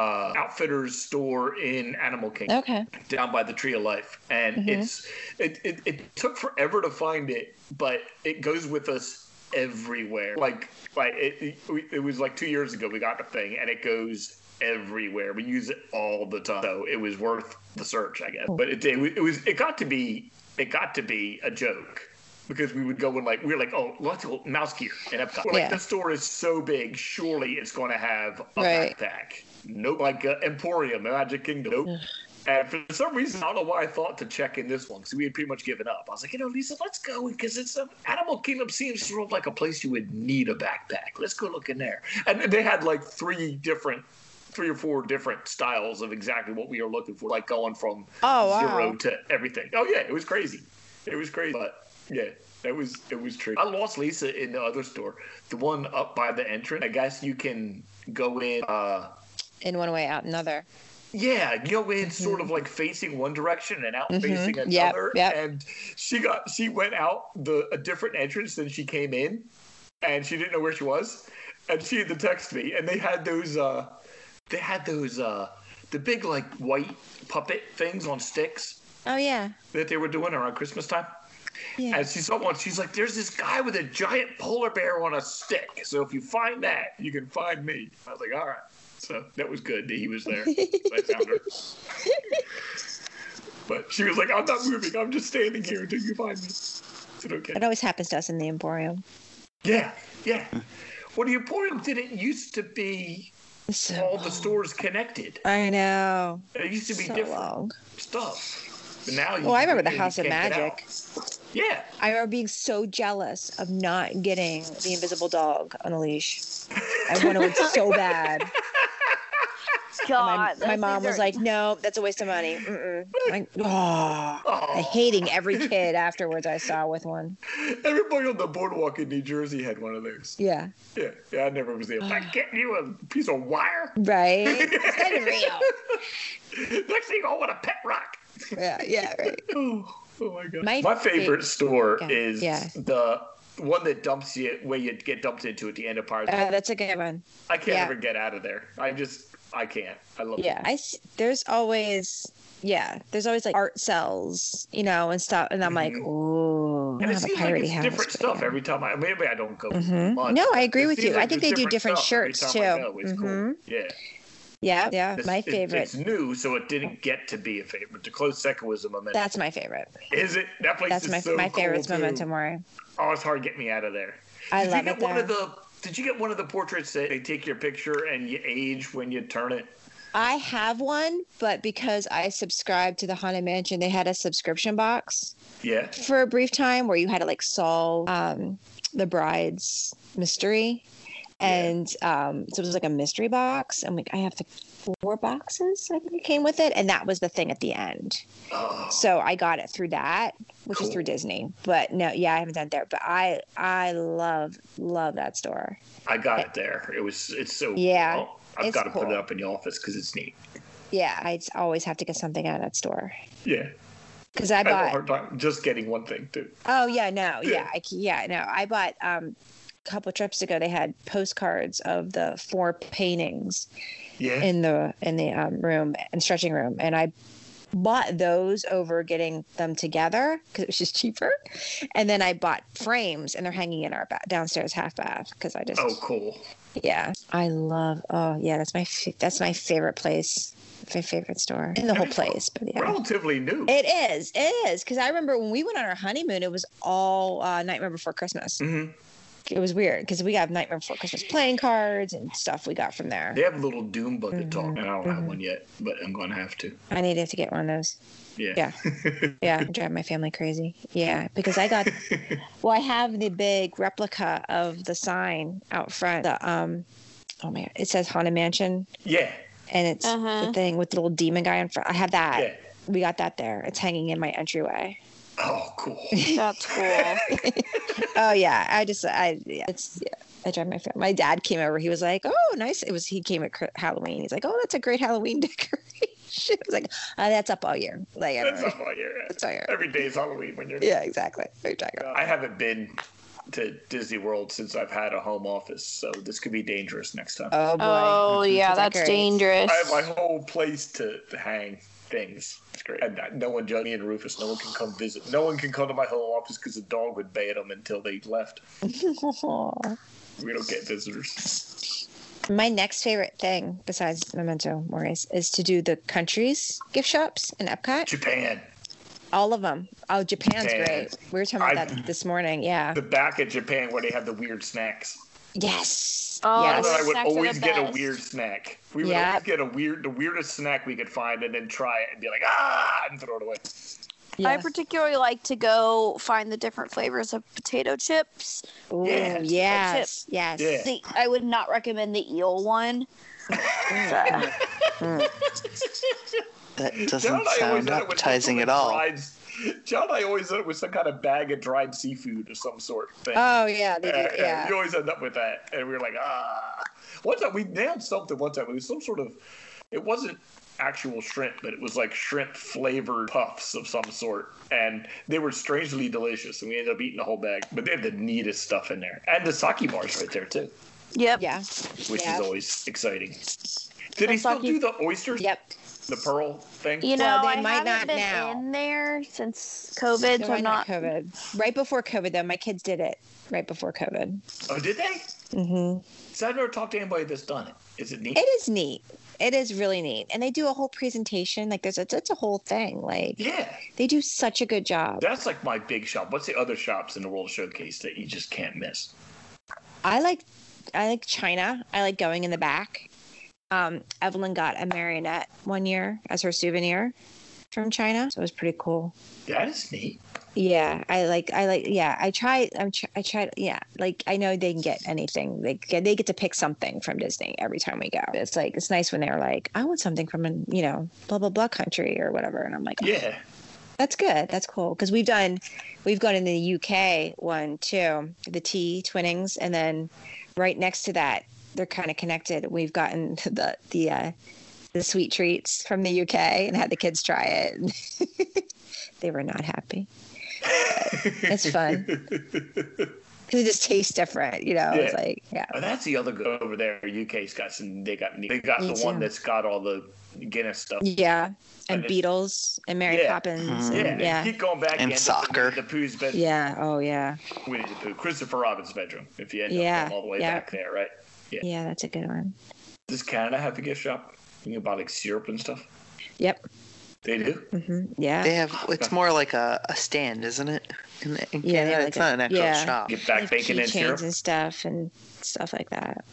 S2: uh, Outfitters store in Animal Kingdom
S4: Okay.
S2: down by the Tree of Life, and
S4: Mhm.
S2: it's it, it it took forever to find it, but it goes with us everywhere. Like like it, it, we- it was like two years ago we got the thing, and it goes everywhere. We use it all the time, so it was worth the search, I guess. But it it, was- it was it got to be it got to be a joke. Because we would go and like we were like, oh, let's go mouse gear and Epcot. We're
S4: Yeah.
S2: like, the store is so big, surely it's going to have a
S4: Right.
S2: backpack. Nope, like uh, Emporium, Magic Kingdom. Nope. And for some reason, I don't know why I thought to check in this one because we had pretty much given up. I was like, you know, Lisa, let's go because it's an Animal Kingdom seems sort of like a place you would need a backpack. Let's go look in there. And they had like three different, three or four different styles of exactly what we were looking for, like going from
S4: Oh,
S2: zero
S4: wow.
S2: to everything. Oh yeah, it was crazy. It was crazy, but yeah, that was it was true. I lost Lisa in the other store, the one up by the entrance. I guess you can go in. uh
S4: In one way, out another.
S2: yeah, you know, it's sort of like facing one direction and out
S4: Mhm.
S2: facing another.
S4: Mm-hmm. Yep, yep.
S2: And she got she went out the a different entrance than she came in, and she didn't know where she was. And she had to text me, and they had those uh, they had those uh, the big like white puppet things on sticks
S4: Oh yeah.
S2: that they were doing around Christmas time.
S4: Yeah.
S2: And she saw one. She's like, "There's this guy with a giant polar bear on a stick. So if you find that, you can find me." I was like, "All right." So that was good that he was there. I
S4: *laughs*
S2: found her. But she was like, "I'm not moving. I'm just standing here until you find me." I said, "Okay."
S4: It always happens to us in the Emporium.
S2: Yeah, yeah. Well, the Emporium didn't used to be
S4: It's So
S2: all the
S4: long.
S2: stores connected.
S4: I know.
S2: It used to be
S4: so
S2: different
S4: long.
S2: stuff. But now, you
S4: Well, I
S2: can
S4: remember the
S2: get in, you
S4: House of
S2: can't get out.
S4: Magic.
S2: Yeah.
S4: I remember being so jealous of not getting the invisible dog on a leash. I wanted
S2: *laughs*
S4: it so bad. And My,
S1: God,
S4: my mom
S1: *laughs*
S4: was like, "No, that's a waste of money." Mm-mm. Like, oh,
S2: Oh.
S4: I hating every
S2: *laughs*
S4: kid afterwards I saw with one.
S2: Everybody on the boardwalk in New Jersey had one of those.
S4: Yeah,
S2: Yeah, yeah I never was able. I
S4: *sighs*
S2: get you a piece of wire.
S4: right. It's kind of real.
S2: *laughs* Next thing, I want a pet rock.
S4: Yeah, yeah, right.
S2: Oh, oh my god.
S4: My
S2: My, favorite store
S4: yeah,
S2: is
S4: yeah.
S2: the one that dumps you where you get dumped into at the end of Pirates.
S4: Uh, that's a good one.
S2: I can't
S4: yeah.
S2: ever get out of there. I just I can't. I love
S4: Yeah, I s- there's always yeah, there's always like art cells, you know, and stuff. And I'm like,
S2: Mhm.
S4: ooh, I
S2: And
S4: don't
S2: it
S4: have a
S2: seems like
S4: piratey
S2: it's
S4: house.
S2: different
S4: but
S2: stuff
S4: yeah.
S2: every time. I maybe I don't go.
S4: Mhm.
S2: much,
S4: No, I
S2: but
S4: agree
S2: it
S4: with
S2: seems
S4: you.
S2: like
S4: I think
S2: there's
S4: they do different
S2: stuff every
S4: shirts,
S2: time I
S4: too.
S2: go. It's cool.
S4: Mhm.
S2: Yeah.
S4: Yeah, yeah,
S2: This-
S4: my
S2: it-
S4: favorite.
S2: It's new, so it didn't get to be a favorite. The close second was a momentum.
S4: That's my favorite.
S2: Is it? That place
S4: That's
S2: is
S4: my
S2: so
S4: my
S2: cool,
S4: favorite's
S2: too.
S4: Memento Mori.
S2: Oh, it's hard to get me out of there.
S4: I
S2: did
S4: love
S2: you get
S4: it
S2: one
S4: there.
S2: of the? Did you get one of the portraits that they take your picture and you age when you turn it?
S4: I have one, but because I subscribed to the Haunted Mansion, they had a subscription box
S2: Yeah.
S4: for a brief time where you had to like solve um, the bride's mystery. And um, so it was like a mystery box. And like, I have like four boxes, I think it came with it. And that was the thing at the end.
S2: Oh,
S4: So I got it through that, which is
S2: Cool.
S4: through Disney. But no, yeah, I haven't done it there. But I I love, love that store.
S2: I got it there. It was. It's so.
S4: Yeah,
S2: cool. I've
S4: it's
S2: got to put
S4: cool.
S2: it up in the office because it's neat.
S4: Yeah, I always have to get something out of that store.
S2: Yeah.
S4: Because I
S2: I have a
S4: bought
S2: hard time just getting one thing too.
S4: Oh yeah, no, yeah,
S2: Yeah.
S4: I, c- yeah, no. I bought um, a couple trips ago. They had postcards of the four paintings
S2: Yeah.
S4: in the in the um, room and stretching room, and I bought those over getting them together because it was just cheaper. And then I bought frames, and they're hanging in our ba- downstairs half bath because I just
S2: oh, cool.
S4: yeah, I love. Oh yeah, that's my fa- that's my favorite place, my favorite store in the whole place. But yeah.
S2: Relatively new.
S4: It is. It is. Because I remember when we went on our honeymoon, it was all uh, Nightmare Before Christmas.
S2: Mhm.
S4: It was weird because we got Nightmare Before Christmas playing cards and stuff we got from there.
S2: They have a little Doom book to talk, and I don't have
S4: Mhm.
S2: one yet, but I'm going to have to.
S4: I need to get one of those.
S2: Yeah.
S4: Yeah.
S2: *laughs*
S4: Yeah. drive my family crazy. Yeah. Because I got, well, I have the big replica of the sign out front. The, um, oh my God, it says Haunted Mansion
S2: Yeah.
S4: and it's
S1: Uh-huh.
S4: the thing with the little demon guy in front. I have that.
S2: Yeah.
S4: We got that there. It's hanging in my entryway.
S2: Oh, cool.
S1: That's *laughs* cool.
S4: Oh yeah, I just I yeah, it's yeah, I drive my family. My dad came over. He was like, "Oh, nice." It was he came at Cr- Halloween. He's like, "Oh, that's a great Halloween *laughs* decoration." I was like, oh, "That's up all year. Like
S2: That's
S4: everywhere.
S2: all I hear.
S4: That's all year."
S2: Every day is Halloween when you're.
S4: Yeah, exactly. What are you talking about?
S2: I haven't been to Disney World since I've had a home office, so this could be dangerous next time.
S4: Oh boy.
S1: oh yeah,
S4: It's like
S1: that's
S4: a-
S1: dangerous.
S2: I have my whole place to, to hang things. It's great. And uh, no one, Johnny and Rufus, no one can come visit. No one can come to my home office because the dog would bay at them until they left.
S1: Oh.
S4: Aw.
S2: We don't get visitors.
S4: My next favorite thing besides Memento Mori's is to do the countries gift shops in Epcot.
S2: Japan.
S4: All of them. Oh, Japan's
S2: Japan.
S4: great. We were talking about
S2: I've-
S4: that this morning. Yeah.
S2: The back of Japan where they have the weird snacks.
S4: Yes.
S1: Oh,
S4: yes.
S2: And then I
S1: those
S2: would
S1: snacks are the
S2: always get a
S1: best.
S2: weird snack. We would
S4: Yeah.
S2: always get a weird, the weirdest snack we could find, and then try it and be like, ah, and throw it away.
S1: I
S4: Yeah.
S1: particularly like to go find the different flavors of potato chips.
S4: Ooh,
S2: Yeah.
S4: yes. Yes.
S2: Yeah.
S1: The, I would not recommend the eel one.
S4: Mm, mm,
S3: That
S2: John
S3: doesn't
S2: and I
S3: sound
S2: always thought it was some
S3: appetizing
S2: sort
S3: at
S2: of
S3: all.
S2: dried- John, and I always thought it was some kind of bag of dried seafood of some sort. Thing.
S4: Oh yeah, they do.
S2: Uh,
S4: *laughs* Yeah.
S2: You always end up with that, and we were like, ah. One time we nailed something. One time it was some sort of, it wasn't actual shrimp, but it was like shrimp flavored puffs of some sort, and they were strangely delicious. And we ended up eating the whole bag, but they have the neatest stuff in there, and the sake bars right there too,
S1: Yep.
S4: Yeah.
S2: which
S4: Yeah.
S2: is always exciting. Did
S1: The
S2: he still
S1: sake-
S2: do the oysters,
S4: Yep.
S2: the pearl thing?
S1: You know,
S4: Well, they
S1: I
S4: might
S1: haven't
S4: not
S1: been
S4: now.
S1: in there since COVID,
S4: No,
S1: so
S4: why
S1: I'm
S4: not
S1: not.
S4: COVID. Right before COVID, though, my kids did it right before COVID.
S2: Oh, did they?
S4: hmm
S2: So I've never talked to anybody that's done it. Is it neat?
S4: It is neat. It is really neat, and they do a whole presentation. Like there's, it's, it's a whole thing. Like
S2: yeah.
S4: they do such a good job.
S2: That's like my big shop. What's the other shops in the World Showcase that you just can't miss?
S4: I like, I like China. I like going in the back. Um, Evelyn got a marionette one year as her souvenir from China, so it was pretty cool.
S2: That is neat.
S4: Yeah, I like, I like, yeah. I try, I'm, tr- I try, yeah. Like I know they can get anything. They get, they get to pick something from Disney every time we go. It's like it's nice when they're like, I want something from an, you know, blah blah blah country or whatever, and I'm like,
S2: Yeah.
S4: That's good. That's cool. Because we've done, we've gone in the UK one too, the T twinnings, and then right next to that, they're kind of connected. We've gotten *laughs* the the uh, the sweet treats from the UK and had the kids try it. *laughs* and they were not happy. It's
S2: *laughs*
S4: fun. Cause it just tastes different, you know. It's
S2: Yeah.
S4: like, yeah,
S2: Oh, that's the other good over there. UK's got some. They got neat. They got
S4: Me
S2: the one
S4: too.
S2: that's got all the Guinness stuff.
S4: yeah, and
S2: And it's-
S4: Beatles and Mary
S2: Yeah.
S4: Poppins,
S3: Mhm.
S2: Yeah.
S4: and,
S2: and
S4: yeah,
S2: Keep going back
S3: And
S2: you end up
S3: soccer.
S2: in The Pooh's bedroom.
S4: yeah, oh yeah,
S2: Winnie the Pooh. Christopher Robin's bedroom. If you end
S4: Yeah,
S2: up going all the way
S4: yeah.
S2: back there, right? Yeah.
S4: yeah. That's a good one.
S2: Does Canada have a gift shop? You can buy like syrup and stuff.
S4: Yep.
S2: They do.
S4: hmm Yeah.
S3: They have. It's more like a, a stand, isn't it? In, in
S4: Yeah,
S3: Canada,
S4: like
S3: it's
S4: a-
S3: not an actual
S4: yeah.
S3: shop.
S2: Get back
S4: Like
S2: bacon and
S4: keychains
S2: syrup.
S4: and stuff and stuff like that.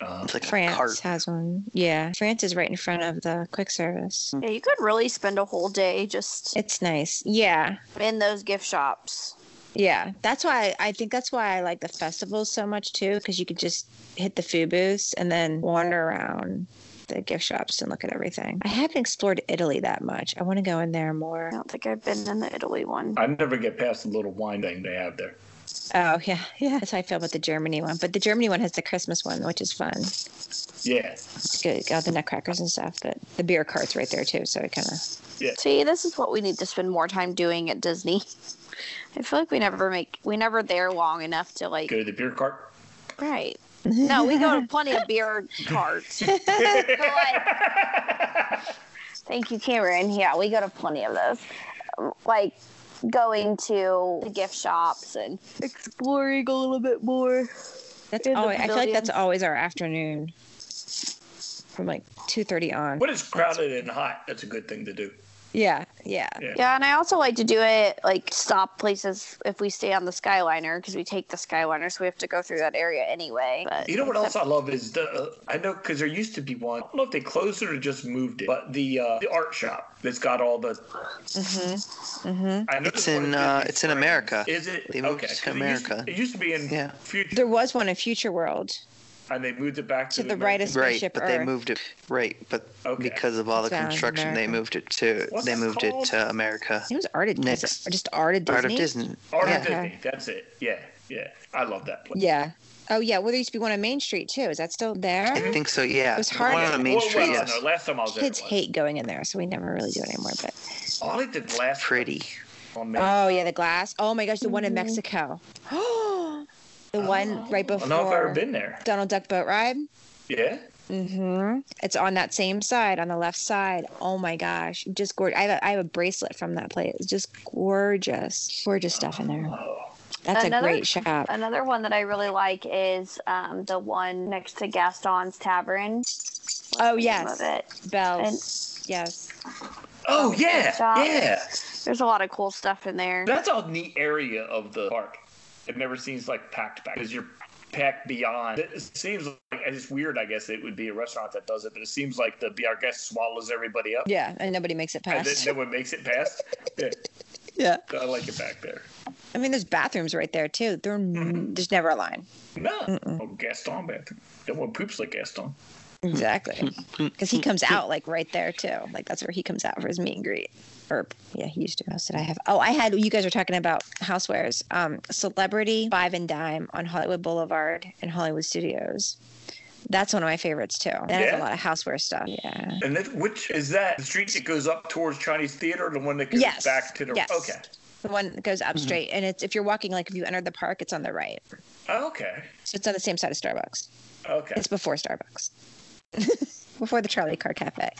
S2: Uh,
S3: It's like a
S4: France
S3: cart.
S4: has one. Yeah, France is right in front of the quick service.
S1: Yeah, you could really spend a whole day just
S4: It's nice. Yeah,
S1: in those gift shops.
S4: yeah. That's why I think that's why I like the festivals so much too, because you could just hit the food booths and then wander around the gift shops and look at everything. I haven't explored Italy that much. I want to go in there more.
S1: I don't think I've been in the Italy one.
S2: I never get past the little wine thing they have there.
S4: Oh yeah, *laughs* yeah. That's how I feel about the Germany one. But the Germany one has the Christmas one, which is fun.
S2: Yeah.
S4: It's good. Got the nutcrackers and stuff, but the beer cart's right there too. So it kind of
S1: See, this is what we need to spend more time doing at Disney. *laughs* I feel like we never make we never there long enough to like
S2: Go to the beer cart.
S1: right. No, we
S4: *laughs*
S1: go to plenty of beer carts. Thank you, Cameron. Yeah, we go to plenty of those. Um, Like going to the gift shops and exploring a little bit more.
S4: That's
S1: in the
S4: always, I feel like that's
S1: pavilion.
S4: always our afternoon from like 2.30 on.
S2: When it's crowded and hot, that's a good thing to do.
S4: Yeah, yeah.
S1: Yeah, and I also like to do it like stop places if we stay on the Skyliner because we take the Skyliner, so we have to go through that area anyway. But
S2: You know what else I love is the uh, I know because there used to be one. I don't know if they closed it or just moved it, but the uh, the art shop that's got all the.
S4: Mm-hmm. Mm-hmm.
S2: I know
S3: It's
S2: there's one
S3: in
S2: at
S3: uh,
S2: Disney
S3: it's in
S2: Springs.
S3: America.
S2: Is it
S3: They moved
S2: okay?
S3: to
S2: 'cause it used-
S3: America.
S2: It used, to be in
S3: Yeah.
S2: future.
S4: There was one in Future World.
S2: and they moved it back to,
S4: To the right of
S3: Right,
S4: spaceship
S3: but
S4: Earth.
S3: they moved it. Right, but
S2: Okay.
S3: because of all the
S4: Down in
S3: construction, they
S4: America.
S3: moved it to.
S2: What's
S3: they
S2: it
S3: moved
S2: called?
S3: it to America.
S4: it was Art of
S3: Next.
S4: Disney, or just Art of Disney.
S3: Art of Disney.
S2: Art
S4: Yeah.
S2: of Disney. That's it. Yeah, yeah. I love that place.
S4: Yeah. Oh yeah. Well, there used to be one on Main Street too. Is that still
S3: I
S4: there?
S3: think so. Yeah,
S4: It was
S3: The
S4: hard-
S3: one on Main
S2: Well,
S3: Street.
S2: well,
S3: yes,
S2: no, last time I was there, it
S4: Kids
S2: was.
S4: hate going in there, so we never really do it anymore. But
S2: I like the last
S3: pretty.
S2: on Main
S4: oh yeah, the glass. Oh my gosh, the one in
S1: Mhm.
S4: Mexico. *gasps* the one right
S2: Oh. I don't know if I've ever
S4: before
S2: been there.
S4: Donald Duck boat ride.
S2: Yeah.
S4: Mm-hmm. It's on that same side, on the left side. Oh my gosh, just gorgeous. I have a, I have a bracelet from that place. It's just gorgeous, gorgeous stuff in there.
S2: Oh.
S4: That's
S1: Another-
S4: a great shop.
S1: Another one that I really like is um, the one next to Gaston's Tavern. What's
S4: Oh,
S1: the name
S4: yes.
S1: of it?
S4: Bells. yes.
S2: Oh yeah,
S1: Stop.
S2: yeah.
S1: There's a lot of cool stuff in there.
S2: That's a neat area of the park. It never seems like packed back because you're packed beyond. It seems like it's weird. I guess it would be a restaurant that does it, but it seems like the be our guest swallows everybody up.
S4: Yeah, and nobody makes it
S2: And then
S4: past.
S2: no one makes it past. Yeah,
S4: Yeah.
S2: I like it back there.
S4: I mean, there's bathrooms right there too. There,
S2: Mhm.
S4: there's never a line.
S2: No,
S4: Mm-mm.
S2: oh, Gaston bathroom. No one poops like Gaston.
S4: Exactly, because he comes out like right there too. Like that's where he comes out for his meet and greet. Or yeah, he used to. What else did I have? Oh, I had. You guys were talking about housewares. Um, Celebrity Five and Dime on Hollywood Boulevard and Hollywood Studios. That's one of my favorites too. That has a
S2: Yeah?
S4: lot of houseware stuff. Yeah.
S2: And that, which is that the street that goes up towards Chinese Theater, or the one that goes
S4: Yes,
S2: back to the
S4: yes.
S2: okay,
S4: The one that goes up
S3: Mhm.
S4: straight, and it's if you're walking, like if you enter the park, it's on the right.
S2: okay,
S4: So it's on the same side as Starbucks.
S2: okay.
S4: It's before Starbucks, *laughs* before the Charlie Car Cafe.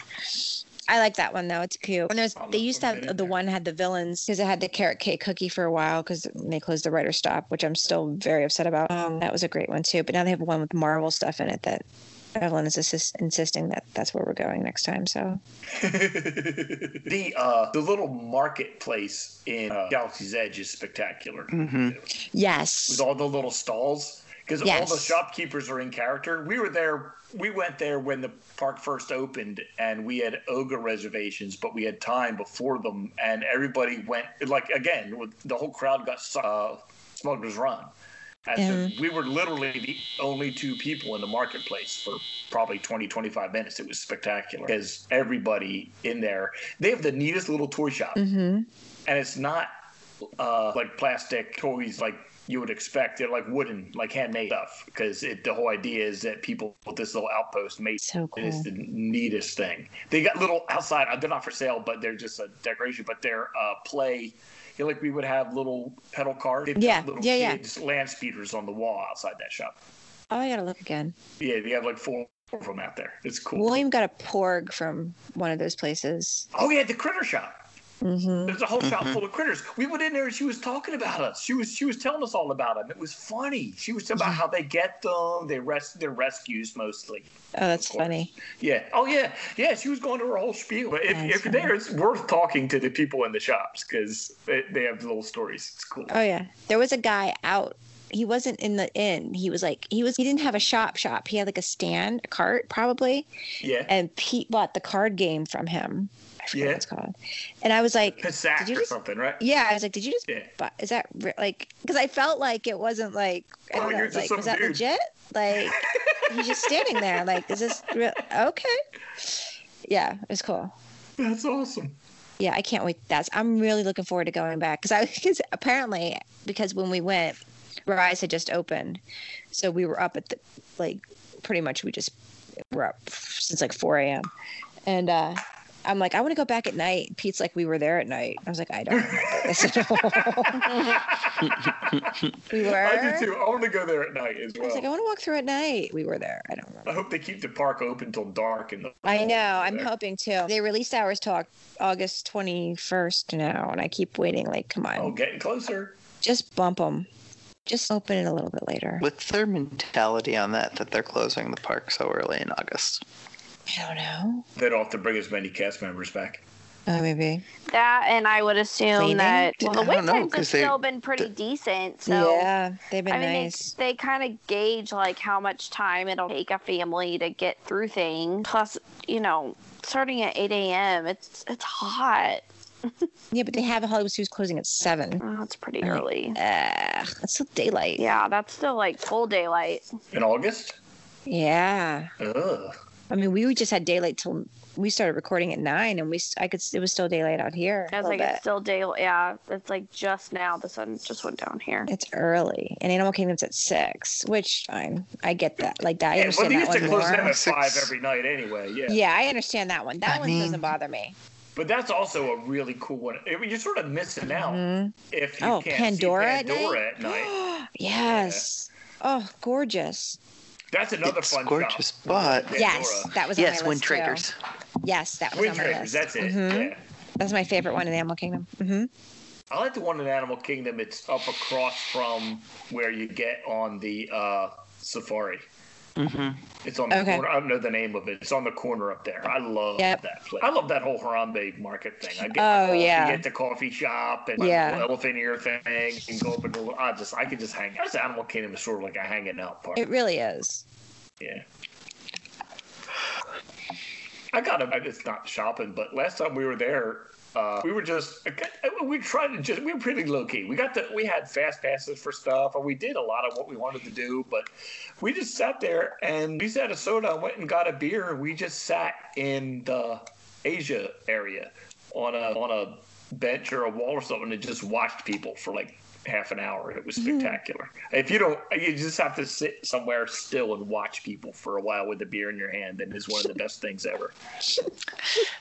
S4: I like that one though. It's cute. And there's
S2: I'll
S4: they
S2: look
S4: used to
S2: for that
S4: have
S2: in
S4: the
S2: there.
S4: one had the villains because it had the carrot cake cookie for a while because they closed the writer stop, which I'm still very upset about. Um, that was a great one too. But now they have one with Marvel stuff in it that Evelyn is assist- insisting that that's where we're going next time. So
S2: *laughs* the uh, the little marketplace in uh, Galaxy's Edge is spectacular
S3: hmm
S4: yes,
S2: with all the little stalls because all the
S4: Yes.
S2: shopkeepers are in character. We were there. We went there when the park first opened, and we had ogre reservations, but we had time before them, and everybody went like again. with- The whole crowd got su- uh, Smuggler's Run. And so we were literally the only two people in the marketplace for probably 20, 25 minutes. It was spectacular because everybody in there, they have the neatest little toy shop
S4: hmm
S2: and it's not uh, like plastic toys like you would expect. They're like wooden, like handmade stuff. Because the whole idea is that people with this little outpost made
S4: so
S2: it is
S4: cool.
S2: the neatest thing. They got little outside. They're not for sale, but they're just a decoration. But they're uh, play. You know, like we would have little pedal cars. They've got
S4: Yeah,
S2: little
S4: yeah, yeah.
S2: kids, Land speeders on the wall outside that shop.
S4: Oh, I gotta look again.
S2: Yeah, they have like four of them out there. It's cool.
S4: William got a porg from one of those places.
S2: Oh yeah, the critter shop.
S4: hmm
S2: There's a whole shop
S3: Mhm.
S2: full of critters. We went in there and she was talking about us. She was she was telling us all about them. It was funny. She was talking about how they get them. They res they're rescues mostly.
S4: Oh, that's
S2: course.
S4: funny.
S2: Yeah. Oh yeah. Yeah. She was going to her whole spiel. But if,
S4: That's
S2: if you're there, it's worth talking to the people in the shops because they, they have little stories. It's cool.
S4: Oh yeah, there was a guy out. He wasn't in the inn. He was like he was. He didn't have a shop. Shop. He had like a stand, a cart probably.
S2: yeah.
S4: And Pete bought the card game from him. I forget
S2: Yeah.
S4: what it's called. And I was like,
S2: Pizzac
S4: did you
S2: or
S4: just-
S2: something, right?
S4: yeah. I was like, did you just?
S2: Yeah.
S4: Buy, is that re- like? Because I felt like it wasn't like. I
S2: Oh,
S4: don't know.
S2: you're
S4: Was
S2: just
S4: like,
S2: some
S4: was that
S2: dude.
S4: legit? Like he's just standing there. Like is this real? Okay. Yeah, it was cool.
S2: That's awesome.
S4: Yeah, I can't wait. That's I'm really looking forward to going back because I *laughs* because apparently because when we went, Rise had just opened, so we were up at the like pretty much we just were up since like 4 a.m. and uh I'm like I want to go back at night. Pete's like we were there at night. I was like I "Oh." don't remember this *laughs* at
S2: *laughs*
S4: all. we were.
S2: I do too. I want to go there at night as
S4: I was
S2: well.
S4: like I want to walk through at night. We were there. I don't remember.
S2: *laughs* I hope they keep the park open till dark. And
S4: I know. I'm
S2: There.
S4: hoping too. They released hours talk August 21st now, and I keep waiting. Like, come on.
S2: oh, getting closer.
S4: just bump them. Just open it a little bit later.
S3: What's their mentality on that? That they're closing the park so early in August.
S4: I don't know.
S2: They don't have to bring as many cast members back.
S4: Oh, maybe.
S1: That, and I would assume
S4: Cleaning?
S1: that well, the
S3: I
S1: wait
S3: don't know,
S1: times have
S3: 'cause they-
S1: still been pretty decent. So
S4: yeah, they've been
S1: I mean,
S4: nice.
S1: they, they kind of gauge like how much time it'll take a family to get through things. Plus, you know, starting at 8 a.m., it's it's hot.
S4: Yeah, but they have a Hollywood Studios closing at seven.
S1: Oh, that's pretty
S4: I think-
S1: early.
S4: Ugh, it's still daylight.
S1: Yeah, that's still like full daylight.
S2: In August?
S4: Yeah.
S2: Ugh.
S4: I mean, we just had daylight till we started recording at nine, and we s- I could s- it was still daylight out here.
S1: I was
S4: a
S1: like,
S4: little
S1: it's still day. Yeah, it's like just now the sun just went down here.
S4: bit. it's early, and Animal Kingdom's at six, which fine, I get that. Like that, I
S2: Yeah, but
S4: understand
S2: they
S4: that
S2: used to
S4: one
S2: close
S4: more.
S2: down at five
S3: Six.
S2: every night anyway. Yeah.
S4: Yeah, I understand that one. That
S3: I
S4: one
S3: mean-
S4: doesn't bother me.
S2: But that's also a really cool one. I mean, You're sort of missing out
S4: Mhm.
S2: if you
S4: Oh,
S2: can't
S4: Pandora,
S2: see Pandora at night.
S4: *gasps* yes. Oh, gorgeous.
S2: That's another
S3: It's
S2: fun
S3: gorgeous,
S2: shop.
S3: but-
S2: Pandora.
S4: Yes, that was
S3: yes,
S4: on my
S3: Wind
S4: list too.
S3: Traders.
S4: Yes, that was
S2: Wind
S4: on my
S2: Traders,
S4: list.
S2: that's it.
S4: Mhm.
S2: Yeah. Mm-hmm.
S4: That's my favorite one in Animal Kingdom. hmm
S2: I like the one in Animal Kingdom. It's up across from where you get on the uh, safari.
S3: hmm
S2: It's on the
S4: Okay.
S2: corner. I don't know the name of it. It's on the corner up there. I love
S4: Yep.
S2: that place. I love that whole Harambe market thing. I get
S4: Oh,
S2: my coffee
S4: yeah.
S2: at the coffee shop and my
S4: Yeah.
S2: little elephant ear thing and go up and go- I just I could just hang. That's Animal Kingdom is sort of like a hanging out part.
S4: It really is.
S2: yeah. I got a. It's not shopping, but last time we were there. Uh, we were just we tried to just we were pretty low key. We got the we had fast passes for stuff, and we did a lot of what we wanted to do. But we just sat there and we just had a soda and went and got a beer. and We just sat in the Asia area on a on a bench or a wall or something and just watched people for like half an hour. It was spectacular. If you don't, you just have to sit somewhere still and watch people for a while with a beer in your hand, and it's one of the best things ever.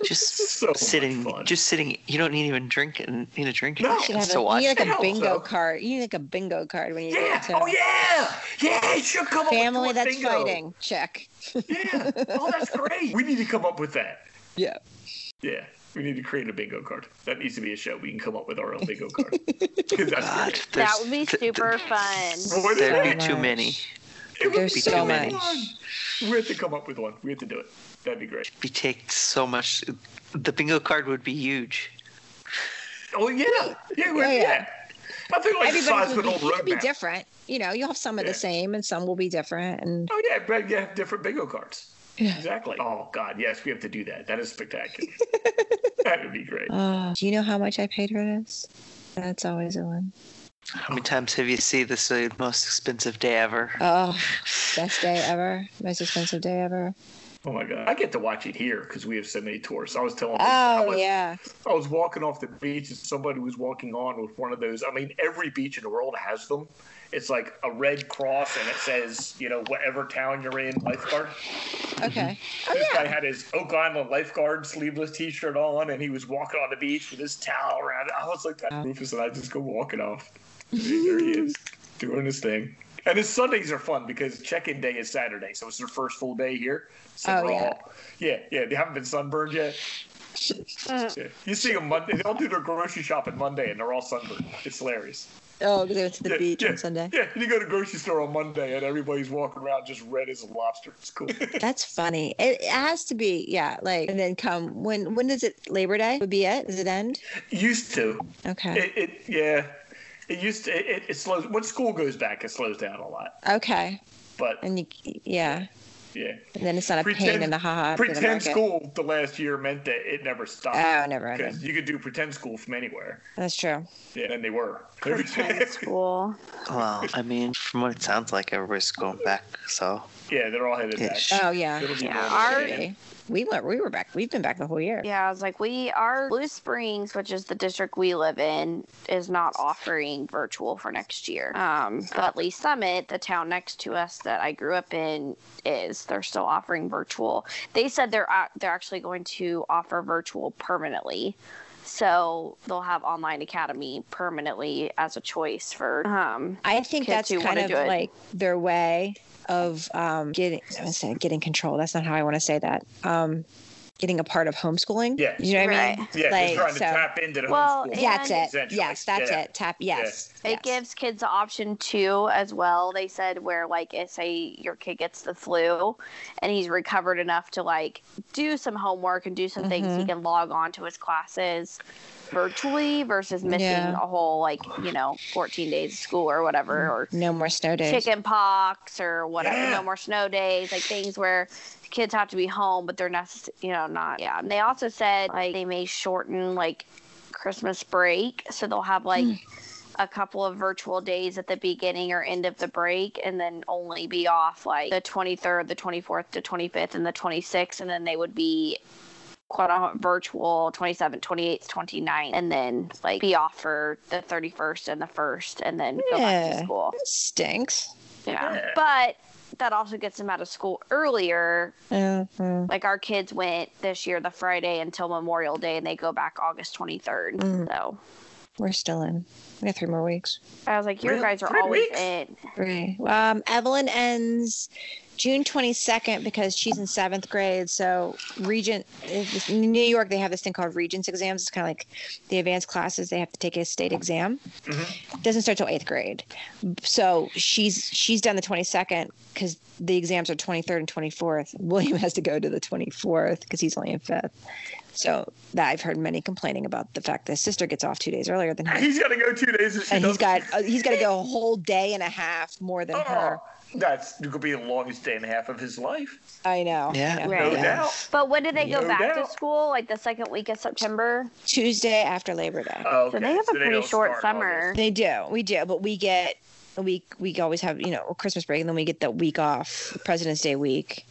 S3: Just
S2: So much
S3: sitting,
S2: fun.
S3: just sitting. You don't need even drink and need a drink.
S2: No.
S3: just
S4: You, should have
S3: to
S4: a,
S3: watch.
S4: you need like
S2: it.
S4: a bingo
S2: So-
S4: card. You need like a bingo card when you
S2: Yeah.
S4: get to
S2: Oh yeah. Yeah. You should come up
S4: family
S2: with
S4: that's
S2: bingo.
S4: fighting. Check.
S2: Yeah.
S4: *laughs*
S2: Oh, that's great. we need to come up with that.
S4: Yeah.
S2: Yeah. We need to create a bingo card. That needs to be a show. We can come up with our own bingo
S4: *laughs*
S2: card. 'Cause that's
S3: God,
S2: great.
S1: That
S3: there's-
S1: would be
S3: th- th-
S1: super fun.
S3: *laughs*
S2: Would it
S3: There'd
S2: be?
S3: be too
S4: much.
S3: many.
S2: It would
S4: There's
S2: be
S4: so
S2: too
S4: much.
S2: fun. We have to come up with one. We have to do it. That'd be great.
S3: Be take so much. The bingo card would be huge.
S2: Oh yeah, yeah, well,
S4: Oh, yeah.
S2: yeah. I think like the
S4: Everybody's
S2: size of an
S4: will
S2: old
S4: be, it'll be
S2: roadmap.
S4: different. You know, you'll have some of
S2: Yeah.
S4: the same and some will be different. And *sighs*
S2: Oh yeah, but you have different bingo cards.
S4: Yeah.
S2: Exactly. Oh God, yes, we have to do that. That is
S4: *laughs*
S2: spectacular. that would be great.
S4: uh, do you know how much I paid for this? That's always a one.
S3: How many times have you seen this uh, most expensive day ever?
S4: Oh, best day ever. Most expensive day ever.
S2: Oh my God, I get to watch it here because we have so many tourists. I was telling. people, I
S4: Oh,
S2: was,
S4: yeah.
S2: I was walking off the beach and somebody was walking on with one of those. I mean, every beach in the world has them. It's like a red cross and it says, you know, whatever town you're in, lifeguard.
S4: Okay. Oh,
S2: this guy
S4: yeah.
S2: had his Oak Island lifeguard sleeveless T-shirt on, and he was walking on the beach with his towel around. I was like, that Rufus and I just go walking off. And There he
S4: *laughs*
S2: is, doing his thing. And his Sundays are fun because check-in day is Saturday, so it's their first full day here. So
S4: Oh,
S2: we're
S4: yeah.
S2: all- yeah, yeah, they haven't been sunburned yet. Yeah. You see them Monday. They all do their grocery shopping Monday, and they're all sunburned.
S4: *laughs*
S2: It's hilarious.
S4: Oh, because I went to the
S2: Mm-hmm. Yeah,
S4: beach
S2: yeah,
S4: on Sunday.
S2: Yeah, and you go to the grocery store on Monday, and everybody's walking around just red as a lobster. It's cool. *laughs*
S4: That's funny. It, it has to be, yeah. Like, and then come when? When is it? Labor Day would be it. Does it end?
S2: Used to,
S4: Okay.
S2: It, it yeah. It used to, it, it slows when school goes back. It slows down a lot,
S4: okay.
S2: but
S4: And you, yeah.
S2: yeah.
S4: And then it's not a pain
S2: Pretend-
S4: in the ha
S2: Pretend school the last year meant that it never stopped
S4: Oh, never
S2: because
S4: ended.
S2: you could do pretend school from anywhere.
S4: That's true.
S2: Yeah, and they were.
S1: Pretend school.
S3: Well, I mean, from what it sounds like, everybody's going back. So
S2: *laughs* yeah, they're all headed back.
S3: Ish.
S4: Oh yeah.
S2: It'll be
S1: Yeah,
S2: normal
S1: our-
S2: again.
S4: Okay. We went. We were back. We've been back the whole year.
S1: Yeah, I was like, we are Blue Springs, which is the district we live in, is not offering virtual for next year. Um, but Lee Summit, the town next to us that I grew up in, is they're still offering virtual. They said they're ac- they're actually going to offer virtual permanently. So they'll have online academy permanently as a choice for um
S4: I
S1: Kids
S4: think that's
S1: who
S4: kind
S1: wanna
S4: of
S1: do it.
S4: like their way of um, getting. I was gonna say getting control. That's not how I want to say that. Um, getting a part of homeschooling.
S2: Yeah.
S4: You know what I
S1: Right.
S4: mean?
S2: Yeah,
S4: like,
S2: they're trying to
S4: so-
S2: tap into the
S1: Well,
S2: homeschool.
S1: and-
S4: Yeah, that's it.
S2: Essentially,
S4: Yes, that's
S2: yeah.
S4: it. Tap. Yes.
S1: It
S4: yes.
S1: gives kids the option too, as well. They said where like if say your kid gets the flu, and he's recovered enough to like do some homework and do some things, he
S4: Mhm.
S1: can log on to his classes virtually versus missing
S4: Yeah.
S1: a whole like you know 14 days of school or whatever or
S4: no more snow days.
S1: chicken pox or whatever.
S2: Yeah.
S1: No more snow days, like things where kids have to be home, but they're necess- you know, not. Yeah. And they also said like they may shorten like Christmas break, so they'll have like
S4: Hmm.
S1: a couple of virtual days at the beginning or end of the break and then only be off like the 23rd, the 24th, the 25th, and the 26th. And then they would be quote unquote virtual 27th, 28th, 29th, and then like be off for the 31st and the 1st and then go back
S4: Yeah.
S1: to school.
S4: That stinks.
S1: Yeah.
S2: Yeah.
S1: But that also gets them out of school earlier.
S4: Mhm.
S1: Like our kids went this year the Friday until Memorial Day and they go back August 23rd.
S4: Mm.
S1: So
S4: We're still in. We got three more weeks.
S1: I was like, you
S2: Really?
S1: guys are
S2: Three
S1: always
S2: weeks?
S1: in.
S4: Three. Um, Evelyn ends June 22nd because she's in seventh grade. So, Regent, in New York, they have this thing called Regents exams. It's kind of like the advanced classes, they have to take a state exam. Doesn't start till eighth grade. So, she's she's done the 22nd because the exams are 23rd and 24th. William has to go to the 24th because he's only in fifth. So, that I've heard many complaining about the fact that his sister gets off two days earlier than him.
S2: *laughs* He's got to go two days. she
S4: And he's got
S1: *laughs*
S4: uh,
S2: doesn't.
S4: he's got to go a whole day and a half more than her.
S2: *laughs* Oh, that's it could be the longest day and a half of his life.
S4: I know.
S3: Yeah.
S4: I know.
S1: Right.
S2: No
S1: Yeah.
S2: doubt.
S1: But when do they go
S2: No
S1: back to
S2: doubt.
S1: school? Like the second week of September?
S4: Tuesday after Labor Day.
S2: Okay,
S1: So they have a pretty
S2: don't
S1: short
S2: start all
S1: summer.
S4: They do. We do. But we get a week. We always have, you know, a Christmas break and then we get the week off, President's Day week.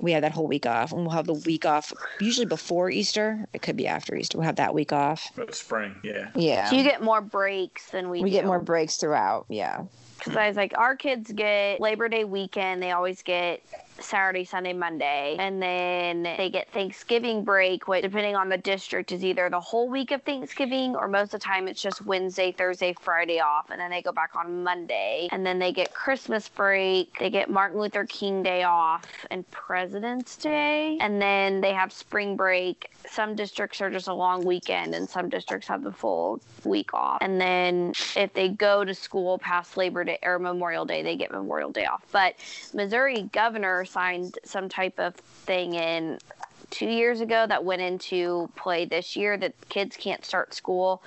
S4: We have that whole week off and we'll have the week off usually before Easter. It could be after Easter. We'll have that week off.
S2: this. But spring, yeah.
S4: Yeah.
S1: So you get more breaks than we
S4: we get
S1: do.
S4: more breaks throughout. Yeah.
S1: Because I was like, our kids get Labor Day weekend. They always get Saturday, Sunday, Monday. And then they get Thanksgiving break, which, depending on the district, is either the whole week of Thanksgiving or most of the time it's just Wednesday, Thursday, Friday off. And then they go back on Monday. And then they get Christmas break. They get Martin Luther King Day off and President's Day. And then they have spring break. Some districts are just a long weekend, and some districts have the full week off. And then if they go to school past Labor Day or Memorial Day, they get Memorial Day off. But Missouri governor signed some type of thing in two years ago that went into play this year that kids can't start school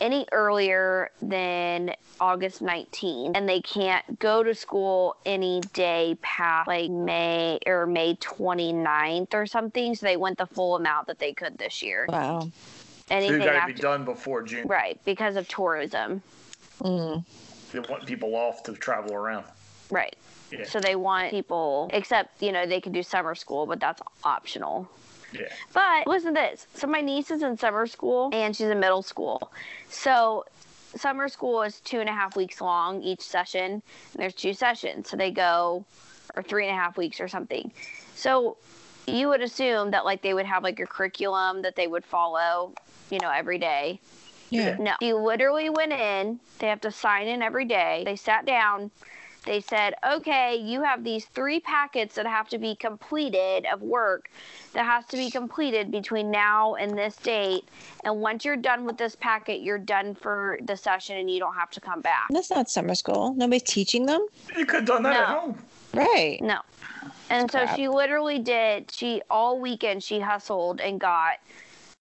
S1: any earlier than August 19th and they can't go to school any day past like May or May 29th or something so they went the full amount that they could this year
S4: Wow.
S2: They've
S1: anything
S2: got to be
S1: after
S2: done before June.
S1: right because of tourism
S4: Mm.
S2: They want people off to travel around.
S1: right
S2: Yeah.
S1: so they want people except you know they can do summer school but that's optional
S2: Yeah.
S1: But listen to this. So my niece is in summer school and she's in middle school. So summer school is two and a half weeks long each session. And there's two sessions. So they go or three and a half weeks or something. So you would assume that like they would have like a curriculum that they would follow, you know, every day.
S4: Yeah.
S1: No. You literally went in, they have to sign in every day. They sat down, they said, okay, you have these three packets that have to be completed of work that has to be completed between now and this date. And once you're done with this packet, you're done for the session and you don't have to come back.
S4: That's not summer school. Nobody's teaching them.
S2: You could have done that
S1: No.
S2: at home.
S4: Right.
S1: No. And so
S4: Crap.
S1: she literally did, she all weekend she hustled and got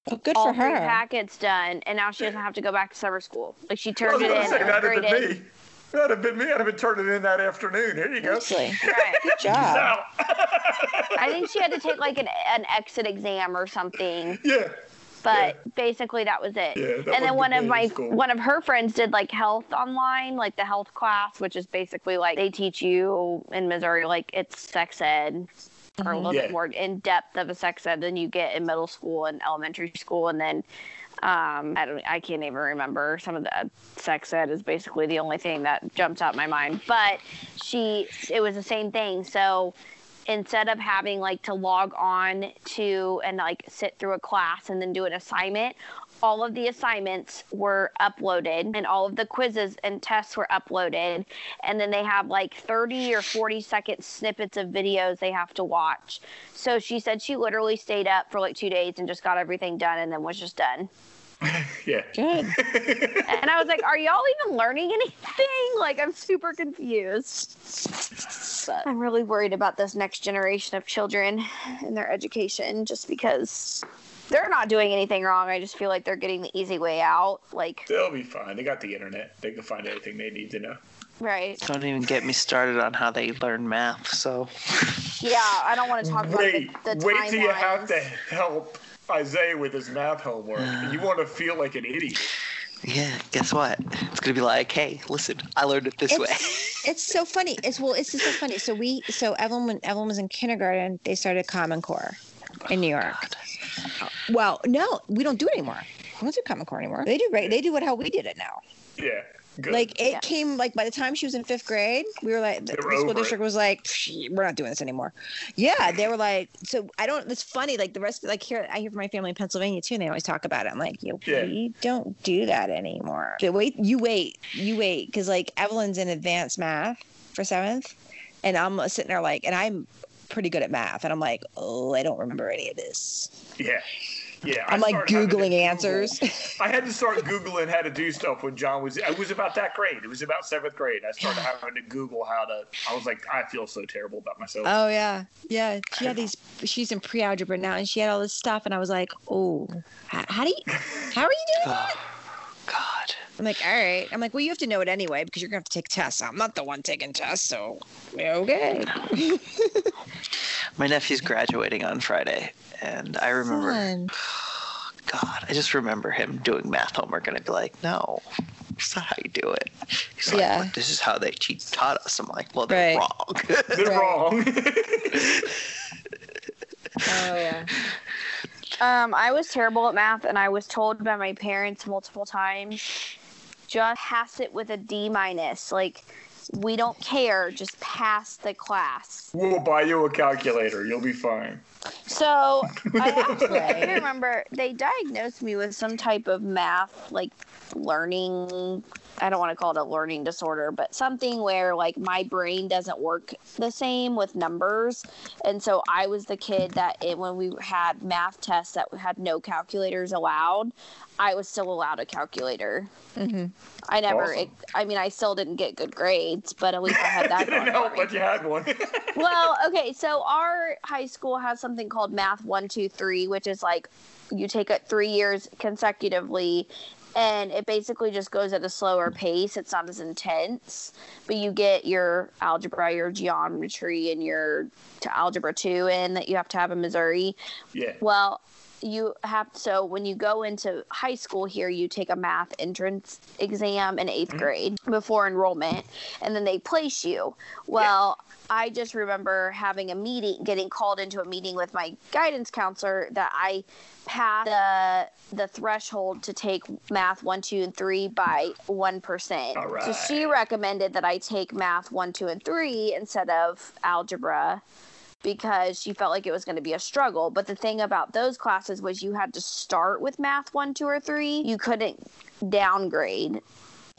S4: Well, good
S1: all
S4: for
S1: three
S4: her.
S1: packets done. And now she doesn't have to go back to summer school. Like she
S2: I was
S1: turned it
S2: gonna
S1: in.
S2: say,
S1: and
S2: that'd have
S1: graded.
S2: been me. That'd have been me. I'd have been turning in that afternoon. Here you go.
S4: Seriously.
S1: Right.
S4: Good job.
S2: Now.
S1: I think she had to take like an, an exit exam or something,
S2: *laughs* yeah.
S1: but basically that was it.
S2: Yeah, that
S1: and then
S2: wasn't
S1: one
S2: the
S1: of
S2: plan
S1: my
S2: in school.
S1: one of her friends did like health online, like the health class, which is basically like they teach you in Missouri like it's sex ed or a
S4: Mhm.
S1: little
S2: Yeah.
S1: bit more in depth of a sex ed than you get in middle school and elementary school and then um, I don't. I can't even remember. Some of the uh, sex ed is basically the only thing that jumps out my mind. But she, it was the same thing. So instead of having like to log on to and like sit through a class and then do an assignment, all of the assignments were uploaded and all of the quizzes and tests were uploaded. And then they have like 30 or 40 second snippets of videos they have to watch. So she said she literally stayed up for like two days and just got everything done and then was just done.
S2: Yeah.
S4: Good.
S1: And I was like, "Are y'all even learning anything? *laughs* Like, I'm super confused. But I'm really worried about this next generation of children and their education, just because they're not doing anything wrong. I just feel like they're getting the easy way out. Like,
S2: They'll be fine. They got the internet. They can find anything they need to know.
S1: right?
S3: Don't even get me started on how they learn math. So
S1: Yeah, I don't want to talk
S2: Wait,
S1: about the, the
S2: wait till you have
S1: timelines.
S4: *sighs*
S2: to help Isaiah with his math homework. You want to feel like an idiot.
S3: Yeah, guess what? It's gonna be like, hey, listen, I learned it this way.
S4: It's so funny. It's well, it's just so funny. So we, so Evelyn, when Evelyn was in kindergarten, they started Common Core in New York. Well, no, we don't do it anymore. We don't do Common Core anymore. They do right. They do it how we did it now.
S2: Yeah. Good.
S4: Like it
S1: Yeah.
S4: came like by the time she was in fifth grade, we were like the,
S2: They were
S4: the school
S2: over it.
S4: district was like, "Psh, we're not doing this anymore. Yeah, they were like, so I don't. It's funny. Like the rest, like here, I hear from my family in Pennsylvania too, and they always talk about it. I'm like, you,
S2: Yeah.
S4: we don't do that anymore. But wait, you wait, you wait, because like Evelyn's in advanced math for seventh, and I'm sitting there like, and I'm pretty good at math, and I'm like, oh, I don't remember any of this.
S2: yeah. Yeah. I
S4: I'm like
S2: started having to
S4: googling
S2: Google.
S4: answers. *laughs*
S2: I had to start googling how to do stuff when John was. I was about that grade. It was about seventh grade. I started having to Google how to. I was like, I feel so terrible about myself.
S4: Oh yeah, yeah. She had these. She's in pre-algebra now, and she had all this stuff, and I was like, oh, how, how do you, how are you doing that?
S3: Oh, God.
S4: I'm like, all right. I'm like, well, you have to know it anyway because you're gonna have to take tests. I'm not the one taking tests, so okay.
S3: My nephew's graduating on Friday, and I remember.
S4: Fun.
S3: God, I just remember him doing math homework, and I'd be like, "No, that's not how you do it." He's like,
S4: Yeah.
S3: "Well, "This is how they teach taught us." I'm like, "Well, they're
S4: Right.
S3: wrong." *laughs*
S2: They're
S4: Right.
S2: wrong. *laughs*
S4: Oh yeah.
S1: Um, I was terrible at math, and I was told by my parents multiple times, just pass it with a D minus. Like, we don't care. Just pass the class.
S2: we'll buy you a calculator. You'll be fine.
S1: So
S2: *laughs*
S1: I actually I do remember they diagnosed me with some type of math, like learning. I don't want to call it a learning disorder, but something where like my brain doesn't work the same with numbers, and so I was the kid that it, when we had math tests that had no calculators allowed, I was still allowed a calculator.
S4: Mm-hmm.
S1: I never.
S2: Awesome.
S1: It, I mean, I still didn't get good grades, but at least I had
S2: *laughs*
S1: that.
S2: Didn't
S1: going for
S2: help,
S1: me
S2: but you had one. *laughs*
S1: well, okay, so our high school has something called Math One Two Three, which is like you take it three years consecutively, and it basically just goes at a slower pace. It's not as intense, but you get your algebra, your geometry, and your t- algebra two in that you have to have in Missouri.
S2: yeah.
S1: Well, you have so when you go into high school here, you take a math entrance exam in 8th
S2: Mhm.
S1: grade before enrollment, and then they place you. Well, I just remember having a meeting, getting called into a meeting with my guidance counselor that I passed the the threshold to take math one, two, and three by one percent.
S2: All
S1: So she recommended that I take math one, two, and three instead of algebra because she felt like it was going to be a struggle. But the thing about those classes was you had to start with math one, two, or three. You couldn't downgrade.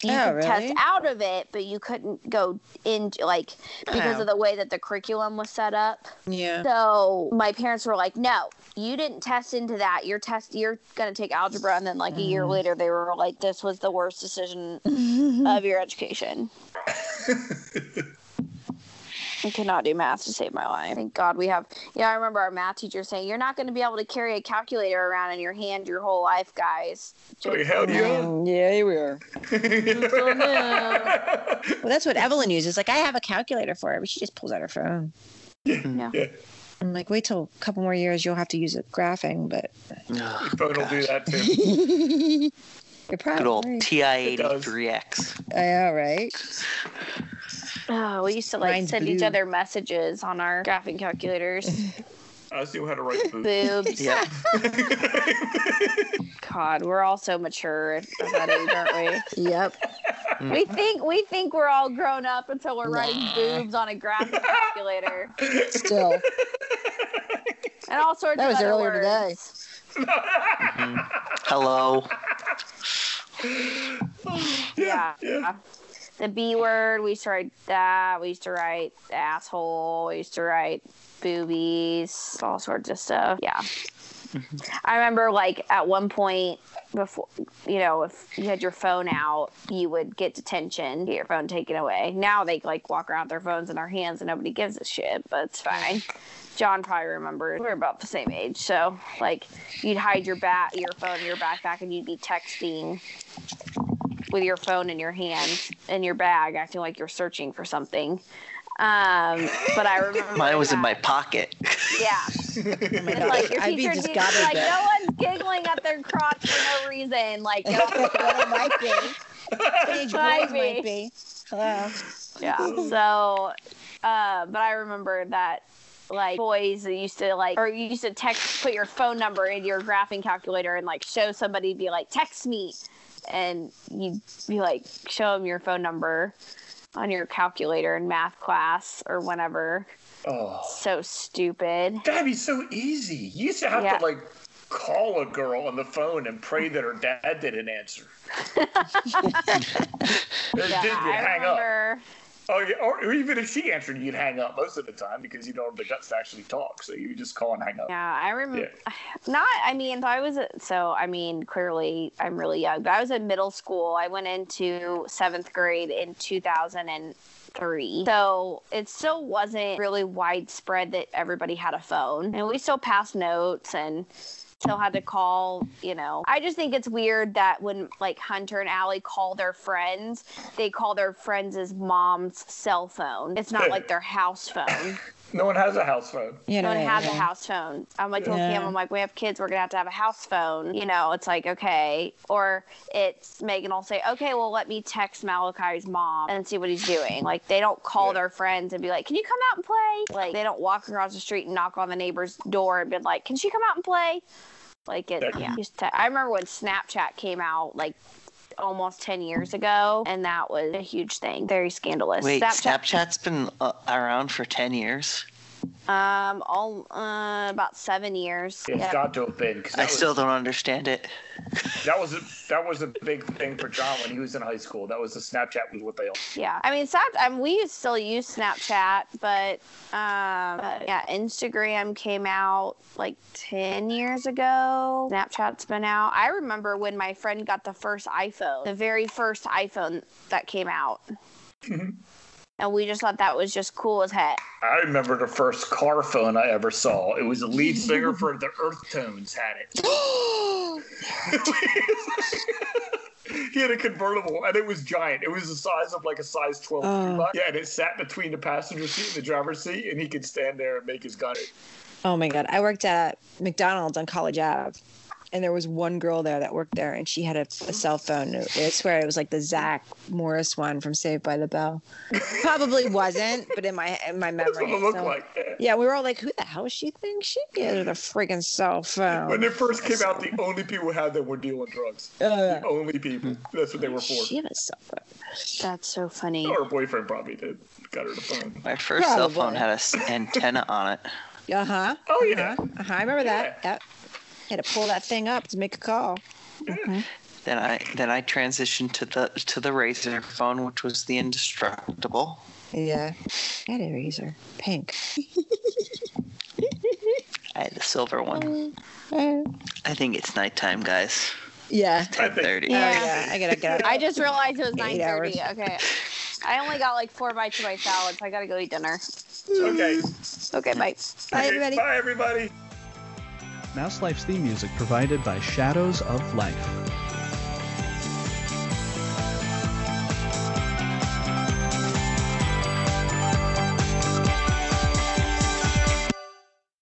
S1: You
S4: Oh,
S1: could test
S4: really?
S1: out of it, but you couldn't go in like because
S4: Oh.
S1: of the way that the curriculum was set up.
S4: Yeah.
S1: So my parents were like, "No, you didn't test into that. Your test, you're gonna take algebra." And then like a year
S4: Mm.
S1: later, they were like, "This was the worst decision
S4: oh
S1: of your
S4: *laughs*
S1: education." I cannot do math to save my life. Thank God we have. Yeah, I remember our math teacher saying, "You're not going to be able to carry a calculator around in your hand your whole life, guys."
S4: Oh,
S2: So hell yeah.
S4: yeah, here we are. Well, that's what Evelyn uses. Like, I have a calculator for her, but she just pulls out her phone.
S1: Yeah.
S2: yeah.
S4: I'm like, wait till a couple more years, you'll have to use it graphing, but
S3: Oh,
S2: Phone will do
S3: gosh.
S2: that too.
S4: you're
S3: Good old
S4: probably
S3: TI-83X.
S4: yeah, right.
S1: Oh, we used to like
S4: Mine's
S1: send each
S4: blue.
S1: other messages on our graphing
S4: *laughs*
S1: calculators.
S2: I knew how to write food.
S1: Boobs.
S3: Yep.
S1: God, we're all so mature at that age, aren't
S4: Yep.
S1: we? we think we think we're all grown up until we're writing
S3: Nah.
S1: boobs on a graphing calculator
S4: Still,
S1: and all sorts
S4: *laughs* that
S1: of
S4: was
S1: other
S4: earlier
S1: words.
S4: today.
S3: Mhm. Hello.
S1: yeah.
S2: yeah.
S1: The B word, we used to write that. We used to write asshole. We used to write boobies, all sorts of stuff. Yeah. I remember, like, at one point, before, you know, if you had your phone out, you would get detention, get your phone taken away. Now they, like, walk around with their phones in their hands and nobody gives a shit, but it's fine. John probably remembers. We were about the same age. So, like, you'd hide your bat, your phone in your backpack and you'd be texting with your phone in your hand in your bag, acting like you're searching for something. Um, but I remember
S3: Mine was in
S1: that-
S3: my pocket. *laughs*
S1: yeah.
S4: Oh my
S1: And,
S4: gosh,
S1: like your
S4: I'd be
S1: teacher,
S4: just
S1: did-
S4: gobbled
S1: like
S4: up.
S1: no one's giggling at their crotch for no reason. Like,
S4: That's *laughs* what it
S1: *laughs*
S4: might be. Teenage boys
S1: Might be.
S4: might be. Hello.
S1: yeah. So, uh, but I remember that like boys that used to like or you used to text put your phone number in your graphing calculator and like show somebody be like text me and you'd be like show them your phone number on your calculator in math class or whenever
S2: Oh,
S1: so stupid
S2: that'd be so easy. You used to have
S1: Yeah.
S2: to like call a girl on the phone and pray that her dad
S1: *laughs*
S2: didn't answer. Or
S1: yeah
S2: did you
S1: i
S2: hang up?
S1: remember
S2: Oh, yeah, or even if she answered, you'd hang up most of the time because you don't have the guts to actually talk. So you just call and hang up.
S1: Yeah, I remember. *sighs* Not, I mean, I was a- so. I mean, clearly, I'm really young, but I was in middle school. I went into seventh grade in 2003, so it still wasn't really widespread that everybody had a phone, and we still passed notes and still had to call. You know, I just think it's weird that when like Hunter and Allie call their friends, they call their friends' mom's cell phone. It's not like their house phone.
S2: No one has a house phone.
S4: You
S1: Don't have
S4: yeah.
S1: a house phone. I'm like, okay,
S4: Yeah.
S1: I'm like, we have kids. We're gonna have to have a house phone. You know, it's like, okay. Or it's Megan will say, okay, well, let me text Malachi's mom and see what he's doing. Like, they don't call
S2: Yeah.
S1: their friends and be like, can you come out and play? Like, they don't walk across the street and knock on the neighbor's door and be like, can she come out and play? Like, it,
S2: That-
S1: yeah. Just te- I remember when Snapchat came out, like, almost 10 years ago, and that was a huge thing. Very scandalous.
S3: Wait, Snapchat's been uh, around for 10 years.
S1: um, all, uh, about seven years.
S2: It's
S1: Yeah.
S2: got to have been because
S3: I still don't understand it.
S2: that was a, that was a big thing for John when he was in high school. That was the Snapchat was what they all.
S1: Yeah, I mean, Snap. I mean, we used- still use Snapchat, but um, but yeah, Instagram came out like ten years ago. Snapchat's been out. I remember when my friend got the first iPhone, the very first iPhone that came out,
S2: Mhm.
S1: and we just thought that was just cool as heck.
S2: I remember the first car phone I ever saw. It was the
S4: *laughs*
S2: lead singer for the Earth Tones had
S4: *gasps*
S2: it. *laughs* he had a convertible and it was giant. It was the size of like a size 12
S4: Oh.
S2: Maybach. Yeah, and it sat between the passenger seat and the driver's seat and he could stand there and make his gun.
S4: Oh my god, I worked at McDonald's on College Ave, and there was one girl there that worked there, and she had a, a cell phone. I swear it was like the Zach Morris one from Saved by the Bell. Probably wasn't, but in my in my
S2: *laughs* That's
S4: memory,
S2: what it looked
S4: so-
S2: like.
S4: Yeah, we were all like, "Who the hell she thinks she is with a freaking cell
S2: When
S4: phone?"
S2: it first came out, the only people who had them were
S4: *laughs*
S2: dealing drugs.
S4: Uh,
S2: The only people. That's what they were for.
S4: she had a cell phone.
S1: That's so funny.
S2: Her boyfriend probably did. Got her
S4: *laughs*
S2: the phone.
S3: My first cell
S4: Probably.
S3: phone had an antenna on it.
S4: Uh huh.
S2: Oh, yeah.
S4: Uh huh. I remember that. That had to pull that thing up to make a call.
S3: Then I then I transitioned to the to the razor phone, which was the indestructible.
S4: Yeah. I had an eraser, pink.
S3: I had the silver one.
S4: Uh,
S3: I think it's nighttime, guys.
S4: yeah.
S2: I think-
S3: 10:30.
S4: Oh,
S1: Yeah.
S4: yeah. I gotta get up.
S1: I just realized it was nine
S4: Eight
S1: thirty. Okay, I only got like four bites of my salad, so I gotta go eat dinner.
S2: Okay.
S1: Okay, bye.
S4: Bye,
S2: Okay,
S4: everybody.
S2: Bye, everybody.
S5: Mouse Life's theme music provided by Shadows of Life.